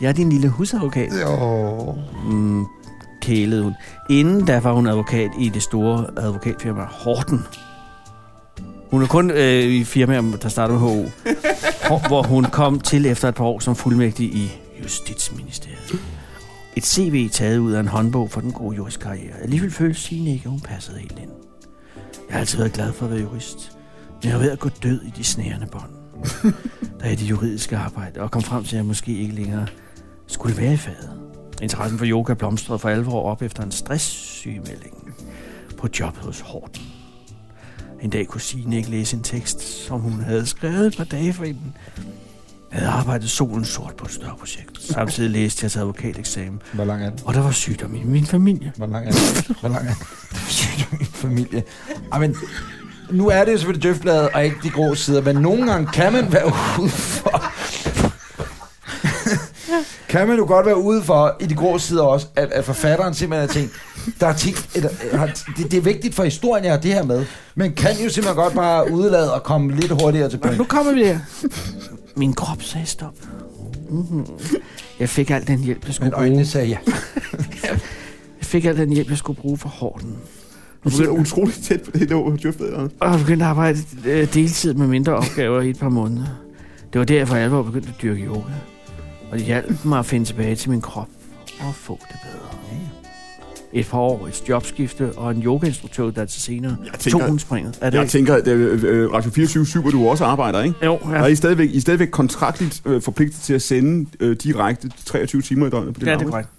S1: Jeg er din lille husadvokat,
S2: Jo.
S1: mm, kælede hun. Inden da var hun advokat i det store advokatfirma Horten. Hun er kun øh, i firmaer, der starter med HO, hvor- hvor hun kom til efter et par år som fuldmægtig i Justitsministeriet. Et CV taget ud af en håndbog for den gode juristkarriere. Alligevel følte Signe ikke, at hun passede helt ind. Jeg har altid været glad for at være jurist, men jeg var ved at gå død i de snærende bånd, da jeg det juridiske arbejde, og kom frem til, at jeg måske ikke længere skulle være i faget. Interessen for yoga blomstrede for alvor op efter en stresssygemelding på jobbet hos Horten. En dag kunne Signe ikke læse en tekst, som hun havde skrevet et par dage forinden. Jeg havde arbejdet solen sort på et større projekt. Samtidig læste jeg til advokateksamen,
S2: Hvor lang er den?
S1: og der var sygdom i min familie.
S2: Hvor lang er den? Hvor lang er den? *laughs* Det er sygt om min familie. Ej, men nu er det jo selvfølgelig døftbladet og ikke de grå sider, men nogle gange kan man være ude for... *laughs* kan man jo godt være ude for, i de grå sider også, at, at forfatteren simpelthen har tænkt, der er ting, eller, har- det, det er vigtigt for historien, jeg har det her med. Men kan jo simpelthen godt bare udelade og komme lidt hurtigere til point.
S1: Nu kommer vi her. Min krop sagde stop. Mm-hmm. Jeg fik al den hjælp, jeg skulle
S2: Men
S1: bruge.
S2: øjnene sagde ja.
S1: Jeg fik al den hjælp, jeg skulle bruge for hården.
S5: Du sidder utroligt tæt på det, der var djøftet.
S1: og jeg begyndte at arbejde øh, deltid med mindre opgaver i et par måneder. Det var derfor, jeg var begyndt at dyrke yoga. Og det hjalp mig at finde tilbage til min krop og få det bedre. Et par år, et jobskifte og en yogainstruktør, der til senere
S5: Jeg
S1: tog
S5: tænker-
S1: hun springet. Er det
S5: Jeg
S1: ikke?
S5: tænker, at øh, øh, Radio 24-7, hvor du også arbejder, ikke?
S1: Jo,
S5: Ja. Og I
S1: ja.
S5: er stadigvæk, I er stadigvæk kontraktligt øh, forpligtet til at sende øh, direkte 23 timer i døgnet på det
S1: Ja, det
S5: navn,
S1: er korrekt.
S5: ikke?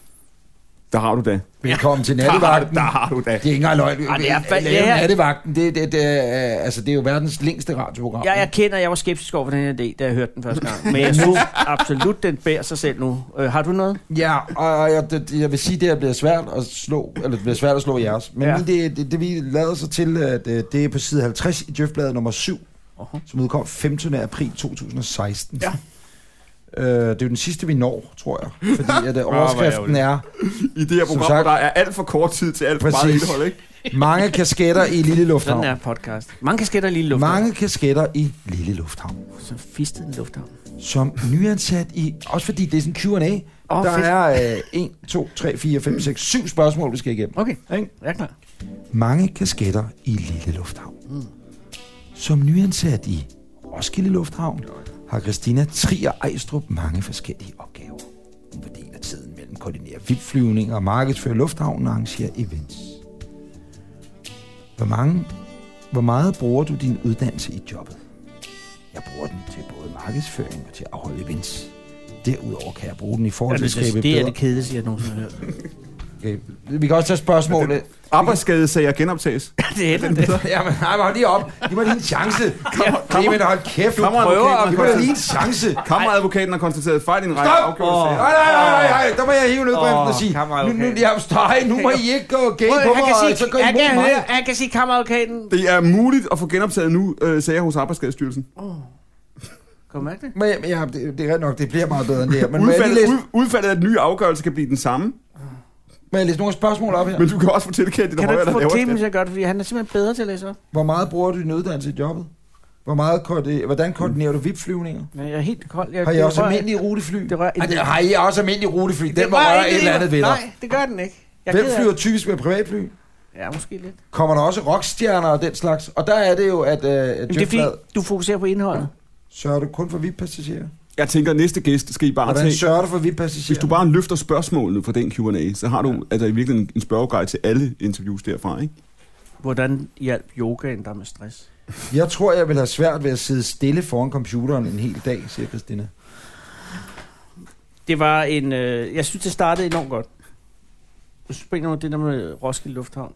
S5: Der har du da.
S2: Velkommen til
S5: Der har,
S2: nattevagten.
S5: der har du da.
S2: Det er ikke engang løgn.
S1: Ej, det er fa-
S2: Lave
S1: ja, ja.
S2: Nattevagten, det, det, det, er, altså, det er jo verdens længste radioprogram.
S1: Jeg erkender, at jeg var skeptisk over for den her idé, da jeg hørte den første gang. Men jeg synes absolut, den bærer sig selv nu. Øh, har du noget?
S2: Ja, og og jeg, det, jeg vil sige, det her bliver svært at slå, eller det bliver svært at slå jeres. Men
S1: Ja.
S2: ja. det, det, det, vi lavede så til, at øh, det er på side 50 i Djøfbladet nummer 7,
S1: Oho.
S2: som udkom 15. april 2016. Ja. Øh, det er jo den sidste, vi når, tror jeg. Fordi at, øh, overskriften er,
S5: I det her
S2: Som
S5: program, hvor
S2: sagt-
S5: der er alt for kort tid til alt for meget
S2: Præcis.
S5: indhold, ikke?
S2: mange kasketter i Lille
S1: Sådan
S2: Lufthavn.
S1: er podcast. Mange kasketter i lille lufthavn.
S2: Mange kasketter i Lille Lufthavn.
S1: Så fistede en lufthavn.
S2: som nyansat i... Også fordi det er sådan en Q&A.
S1: Åh,
S2: Oh, der
S1: fedt.
S2: er øh, 1, 2, 3, 4, 5, 6, 7 spørgsmål, vi skal igennem.
S1: Okay,
S2: Ikke?
S1: jeg er klar.
S2: Mange kasketter i Lille Lufthavn. Mm. Som nyansat i Roskilde Lufthavn har Christina Trier Ejstrup mange forskellige opgaver. Hun fordeler tiden mellem koordinere vildflyvninger og markedsføre lufthavnen og arrangere events. Hvor, mange, hvor meget bruger du din uddannelse i jobbet? Jeg bruger den til både markedsføring og til at afholde events. Derudover kan jeg bruge den i forhold til at skabe
S1: det er
S2: bedre...
S1: det kedeligste, jeg nogensinde har hørt.
S2: Okay. Vi kan også tage spørgsmålet.
S5: Arbejdsskadesager genoptages.
S1: det er det.
S2: *laughs* Jamen, nej, men hold lige op. Giv mig lige en chance. Kom,
S5: Clemen,
S2: Clemen, hold kæft. Du
S5: prøver
S2: prøver.
S5: at-
S2: Giv mig lige en chance.
S5: Kammeradvokaten har konstateret fejl i en række
S2: Stop!
S5: afgjorte
S1: Åh.
S5: sager.
S2: Nej, nej, nej, nej, nej. Der må jeg hive ned på
S1: Åh,
S2: og sige. Nu,
S1: kammeradvokat.
S2: nu, jamen, støj, nu må I ikke gå gay på
S1: han,
S2: mig,
S1: kan sige,
S2: og så gå
S1: han,
S2: imod
S1: kan,
S2: mig.
S1: høre- han kan sige kammeradvokaten.
S5: Det er muligt at få genoptaget nu øh, sager hos Arbejdsskadestyrelsen.
S1: Kan du mærke det?
S2: Men jeg- men jeg, det, det er ret nok, det bliver meget bedre end det her. Men må jeg lige
S5: Udfaldet,
S2: læse,
S5: ud, udfaldet af den nye afgørelse kan blive den samme,
S2: må jeg læse nogle spørgsmål op her?
S5: men du kan også få tilkendt dit
S1: Kan du
S5: højere
S1: ikke
S5: eller
S1: få Clemens
S5: lavere.
S1: til at gøre det, fordi han er simpelthen bedre til at læse op?
S2: Hvor meget bruger du din uddannelse i jobbet? Hvor meget koordi- hvordan koordinerer du VIP-flyvninger?
S1: Men jeg er helt kold. Jeg,
S2: Har I
S1: det
S2: også
S1: rører-
S2: almindelige rutefly?
S1: Det rører-
S2: Ej, det- Har I også almindelige rutefly? Den må
S1: rører
S2: røre
S1: ikke lige-
S2: et eller andet ved dig.
S1: Nej, det gør den ikke. Jeg
S2: Hvem
S1: gider-
S2: flyver typisk med privatfly?
S1: Ja, måske lidt.
S2: kommer der også rockstjerner og den slags. Og der er det jo, at øh,
S1: Men det er
S2: Jeff Flad
S1: fordi, du fokuserer på indholdet.
S2: sørger du kun for VIP-passagerer.
S5: Jeg tænker, at næste gæst skal I bare
S2: Hvordan
S5: tage...
S2: sørger du for
S5: altså, Hvis
S2: VIP-passagerer?
S5: du bare løfter spørgsmålene fra den Q&A, så har du altså i virkeligheden en spørgeguide til alle interviews derfra, ikke?
S1: Hvordan hjalp yogaen dig med stress?
S2: Jeg tror, jeg vil have svært ved at sidde stille foran computeren en hel dag, siger Christina.
S1: Det var en... Øh, jeg synes, det startede enormt godt. Jeg synes på en eller anden måde, det der med Roskilde Lufthavn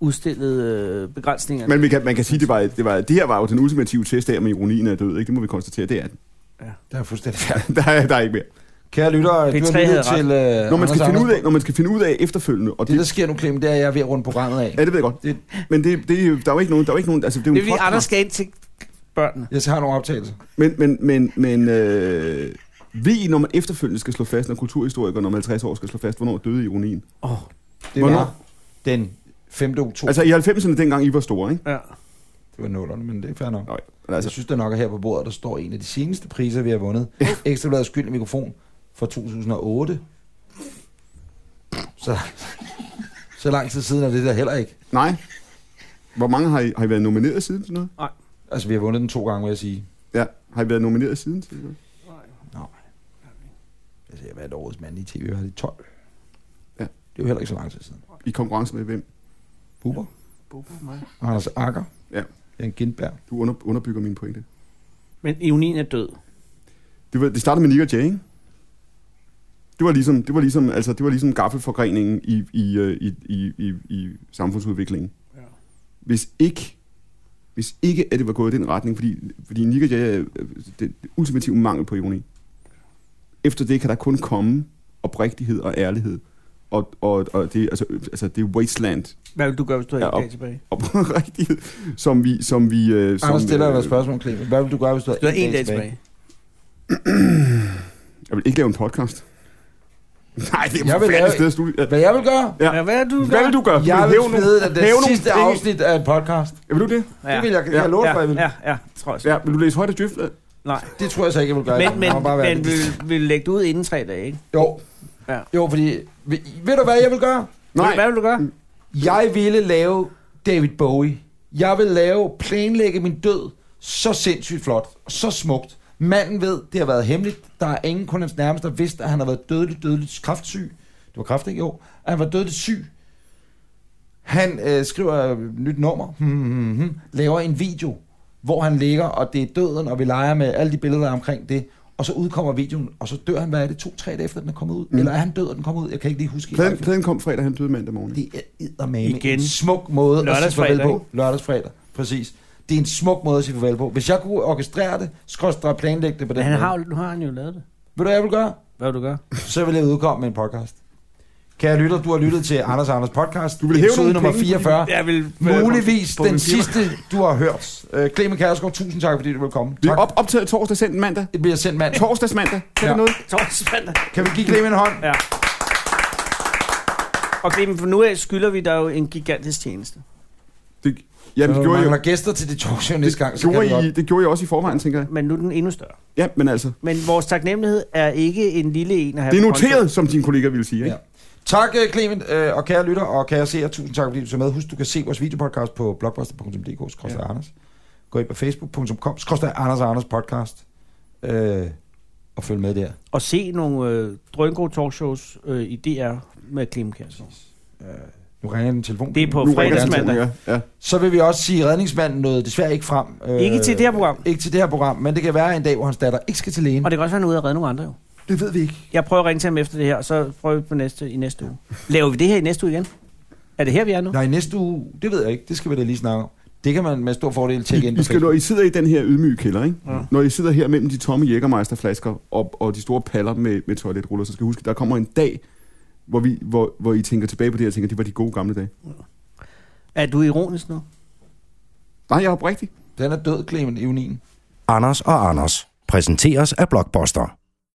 S1: udstillede øh, begrænsningerne.
S5: Men vi kan, man kan sige, det var, det var, det her var jo den ultimative test af, om ironien er død, ikke? Det må vi konstatere, det er den.
S2: Der er fuldstændig
S5: *laughs* der, er, der er ikke mere.
S2: Kære lyttere, du
S1: P3
S2: har lyttet
S1: havde
S2: til uh,
S5: Når man, skal finde ud af, når man skal finde ud af Øh. efterfølgende, og
S2: Det,
S5: det,
S2: der sker nu, Clem, det er, at jeg er ved at runde programmet af.
S5: Ja, det ved jeg godt. Det, men det, det, der er jo ikke nogen, der er jo ikke nogen, altså det er jo
S1: det
S5: en
S1: er fordi,
S5: podcast.
S1: Anders skal ind til børnene.
S2: Jeg har nogle optagelser.
S5: Men, men, men, men øh, ved I, når man efterfølgende skal slå fast, når kulturhistorikeren om 50 år skal slå fast, hvornår døde ironien?
S1: Åh, oh,
S2: Det
S5: Hvornår?
S2: var den 5. oktober. Altså,
S5: Altså i 90'erne, dengang I var store, ikke?
S1: ja.
S2: det var nullerne, men det er fair nok.
S5: Nej, men
S2: Altså. Jeg
S5: altså,
S2: synes da nok, at her på bordet, der står en af de seneste priser, vi har
S5: *laughs*
S2: vundet. Ekstrabladets skyld mikrofon fra 2008. Så, så lang tid siden er det der heller ikke.
S5: nej. Hvor mange har I, har I været nomineret siden til noget?
S2: Altså, vi har vundet den to gange, vil jeg sige.
S5: Ja, har I været nomineret siden til noget?
S2: Altså, jeg har været årets mand i tv, jeg har det 12.
S5: Ja.
S2: Det er jo heller ikke så lang tid siden.
S5: I konkurrence med hvem?
S2: Buber
S1: Bobo, mig.
S2: og Anders Akker.
S5: Ja.
S2: Jan Gindberg.
S5: Du under, underbygger min pointe.
S1: Men ironien er død.
S5: Det, var, det startede med Nick og Jay, ikke? Det var ligesom, det var ligesom, altså, det var ligesom gaffelforgreningen i, i, øh, i, i, i, i samfundsudviklingen.
S1: Ja.
S5: Hvis ikke, hvis ikke at det var gået i den retning, fordi, fordi Nick og Jay er øh, det ultimative mangel på ironi. Efter det kan der kun komme oprigtighed og ærlighed. Og, og, og det, altså, øh, altså, det er wasteland
S1: Hvad vil du gøre, hvis du har
S5: Ja,
S1: ja,
S5: op. *laughs*
S1: dag tilbage?
S5: oprigtighed, som vi... Som vi øh, som,
S2: Anders stiller dig
S5: øh,
S2: et spørgsmål, Clemen. Hvad vil du gøre, hvis du
S1: Du har
S2: havde
S1: en dag tilbage.
S5: Jeg vil ikke lave en podcast. *laughs* Nej, det er
S2: Jeg
S5: jeg
S2: vil
S5: vil
S2: lave-
S5: sted at slutte. Ja.
S2: Hvad jeg vil gøre?
S5: Ja.
S1: Ja. Hvad er du?
S5: Hvad vil du gøre?
S2: Jeg
S5: Hæve
S2: vil
S5: nogle-
S2: smide den,
S5: hæve
S2: den
S5: nogle
S2: sidste
S5: penge.
S2: afsnit af en podcast.
S5: Ja, vil du det?
S1: Ja.
S2: Det vil jeg, kan jeg
S5: Ja,
S2: love
S1: ja,
S2: for, jeg vil.
S1: ja, ja, tror jeg. Ja.
S5: Ja, vil du læse højt af Djøft?
S1: Nej.
S2: Det tror jeg så ikke, jeg vil gøre.
S1: Men, men,
S2: Jeg må bare være
S1: men
S2: lidt-
S1: vil, vil lægge det ud inden tre dage, ikke?
S2: Jo.
S1: Ja.
S2: Jo, fordi... Ved, ved du, hvad jeg vil gøre?
S5: Nej,
S1: Hvad vil du gøre?
S2: Jeg ville lave David Bowie. Jeg vil lave, planlægge min død så sindssygt flot, så smukt. Manden ved, det har været hemmeligt. Der er ingen kun hans nærmeste, der vidste, at han har været dødeligt, dødeligt kraftsyg. Det var kraft, ikke? Jo. At han var dødeligt syg. Han øh, skriver et nyt nummer, hmm, hmm, hmm, laver en video, hvor han ligger, og det er døden, og vi leger med alle de billeder der er omkring det. Og så udkommer videoen, og så dør han, hvad er det, to-tre dage efter, den er kommet ud? Mm. Eller er han død, og den kommer ud? Jeg kan ikke lige huske.
S5: pladen, pladen kom fredag, han døde mandag morgen.
S2: Det er eddermame
S1: Igen.
S2: en smuk måde at sige
S1: Lørdagsfredag,
S2: farvel på. Lørdagsfredag, præcis. Det er en smuk måde at sige farvel på. Hvis jeg kunne orkestrere det, skråstre planlægge det på den
S1: Men han
S2: måde.
S1: har, jo- nu har han jo lavet det.
S2: Ved du, hvad jeg vil gøre?
S1: Hvad vil du gøre?
S2: Så vil jeg udkomme med en podcast. Kære lytter, du har lyttet til Anders og Anders podcast. Du
S5: vil hæve nogle
S2: nummer
S5: penge,
S2: 44.
S1: *laughs* Jeg vil...
S2: Muligvis
S1: På min
S2: den
S1: firma.
S2: sidste, du har hørt. Øh, Clemen Kærsgaard, tusind tak, fordi du vil komme.
S5: Vi
S2: Tak.
S5: er op, optaget torsdag, sendt mandag.
S2: Det bliver sendt mand.
S5: Torsdags mandag. Kan
S2: Ja.
S5: ja. noget?
S1: Torsdag.
S2: Kan vi give Clemen en hånd?
S1: Ja. Og Clemen, for nu af skylder vi dig jo en gigantisk tjeneste.
S5: Det, jamen, det
S2: Når du
S5: gjorde jeg
S2: Øh, mangler
S5: jo.
S2: gæster til dit talkshow
S5: Det
S2: næste gang, så kan vi
S5: gjorde, I,
S2: godt.
S5: det gjorde I også i forvejen, tænker jeg.
S1: Men nu er den endnu større.
S5: Ja, men altså.
S1: Men vores taknemmelighed er ikke en lille en at have
S5: Det er
S1: på kontoen.
S5: noteret, som din kollega ville sige. Ikke?
S2: Ja. Tak, øh, Clement, øh, og kære lytter, og kære seere, tusind tak, fordi du så med. Husk, du kan se vores videopodcast på blogbuster.dk, skrøster ja. Anders. Gå ind på facebook.com, skrøster Anders og Anders podcast, øh, og følg med der.
S1: Og se nogle øh, drøngode talkshows øh, i DR med Clemen Kjærsgaard.
S2: Øh, nu ringer den telefon.
S1: Det er på
S5: Nu rykker den
S1: fredagsmandag.
S5: til, ja. Ja.
S2: Så vil vi også sige, at redningsmanden nåede desværre ikke frem. Øh,
S1: Ikke til det her program.
S2: Ikke til det her program, men det kan være en dag, hvor hans datter ikke skal til lægen.
S1: Og det kan også være, han er ude at redde nogle andre jo.
S2: det ved vi ikke.
S1: Jeg prøver at ringe til ham efter det her, og så prøver vi på næste, i næste uge. Laver vi det her i næste uge igen? Er det her, vi er nu?
S2: Nej, næste uge, det ved jeg ikke. Det skal vi da lige snakke om. Det kan man med stor fordel tjekke ind
S5: I,
S2: på
S5: I skal, når
S2: Facebook.
S5: I sidder i den her ydmyge kælder, ikke?
S1: Ja.
S5: Ja. når I sidder her mellem de tomme jægermeisterflasker og, og de store paller med, med toiletruller, så skal I huske, der kommer en dag, hvor, vi, hvor, hvor I tænker tilbage på det her og tænker, det var de gode gamle dage.
S1: Er du ironisk nu?
S5: Nej, jeg er oprigtig.
S2: Den er død, Clement, i
S3: Anders og Anders præsenteres af Blockbuster.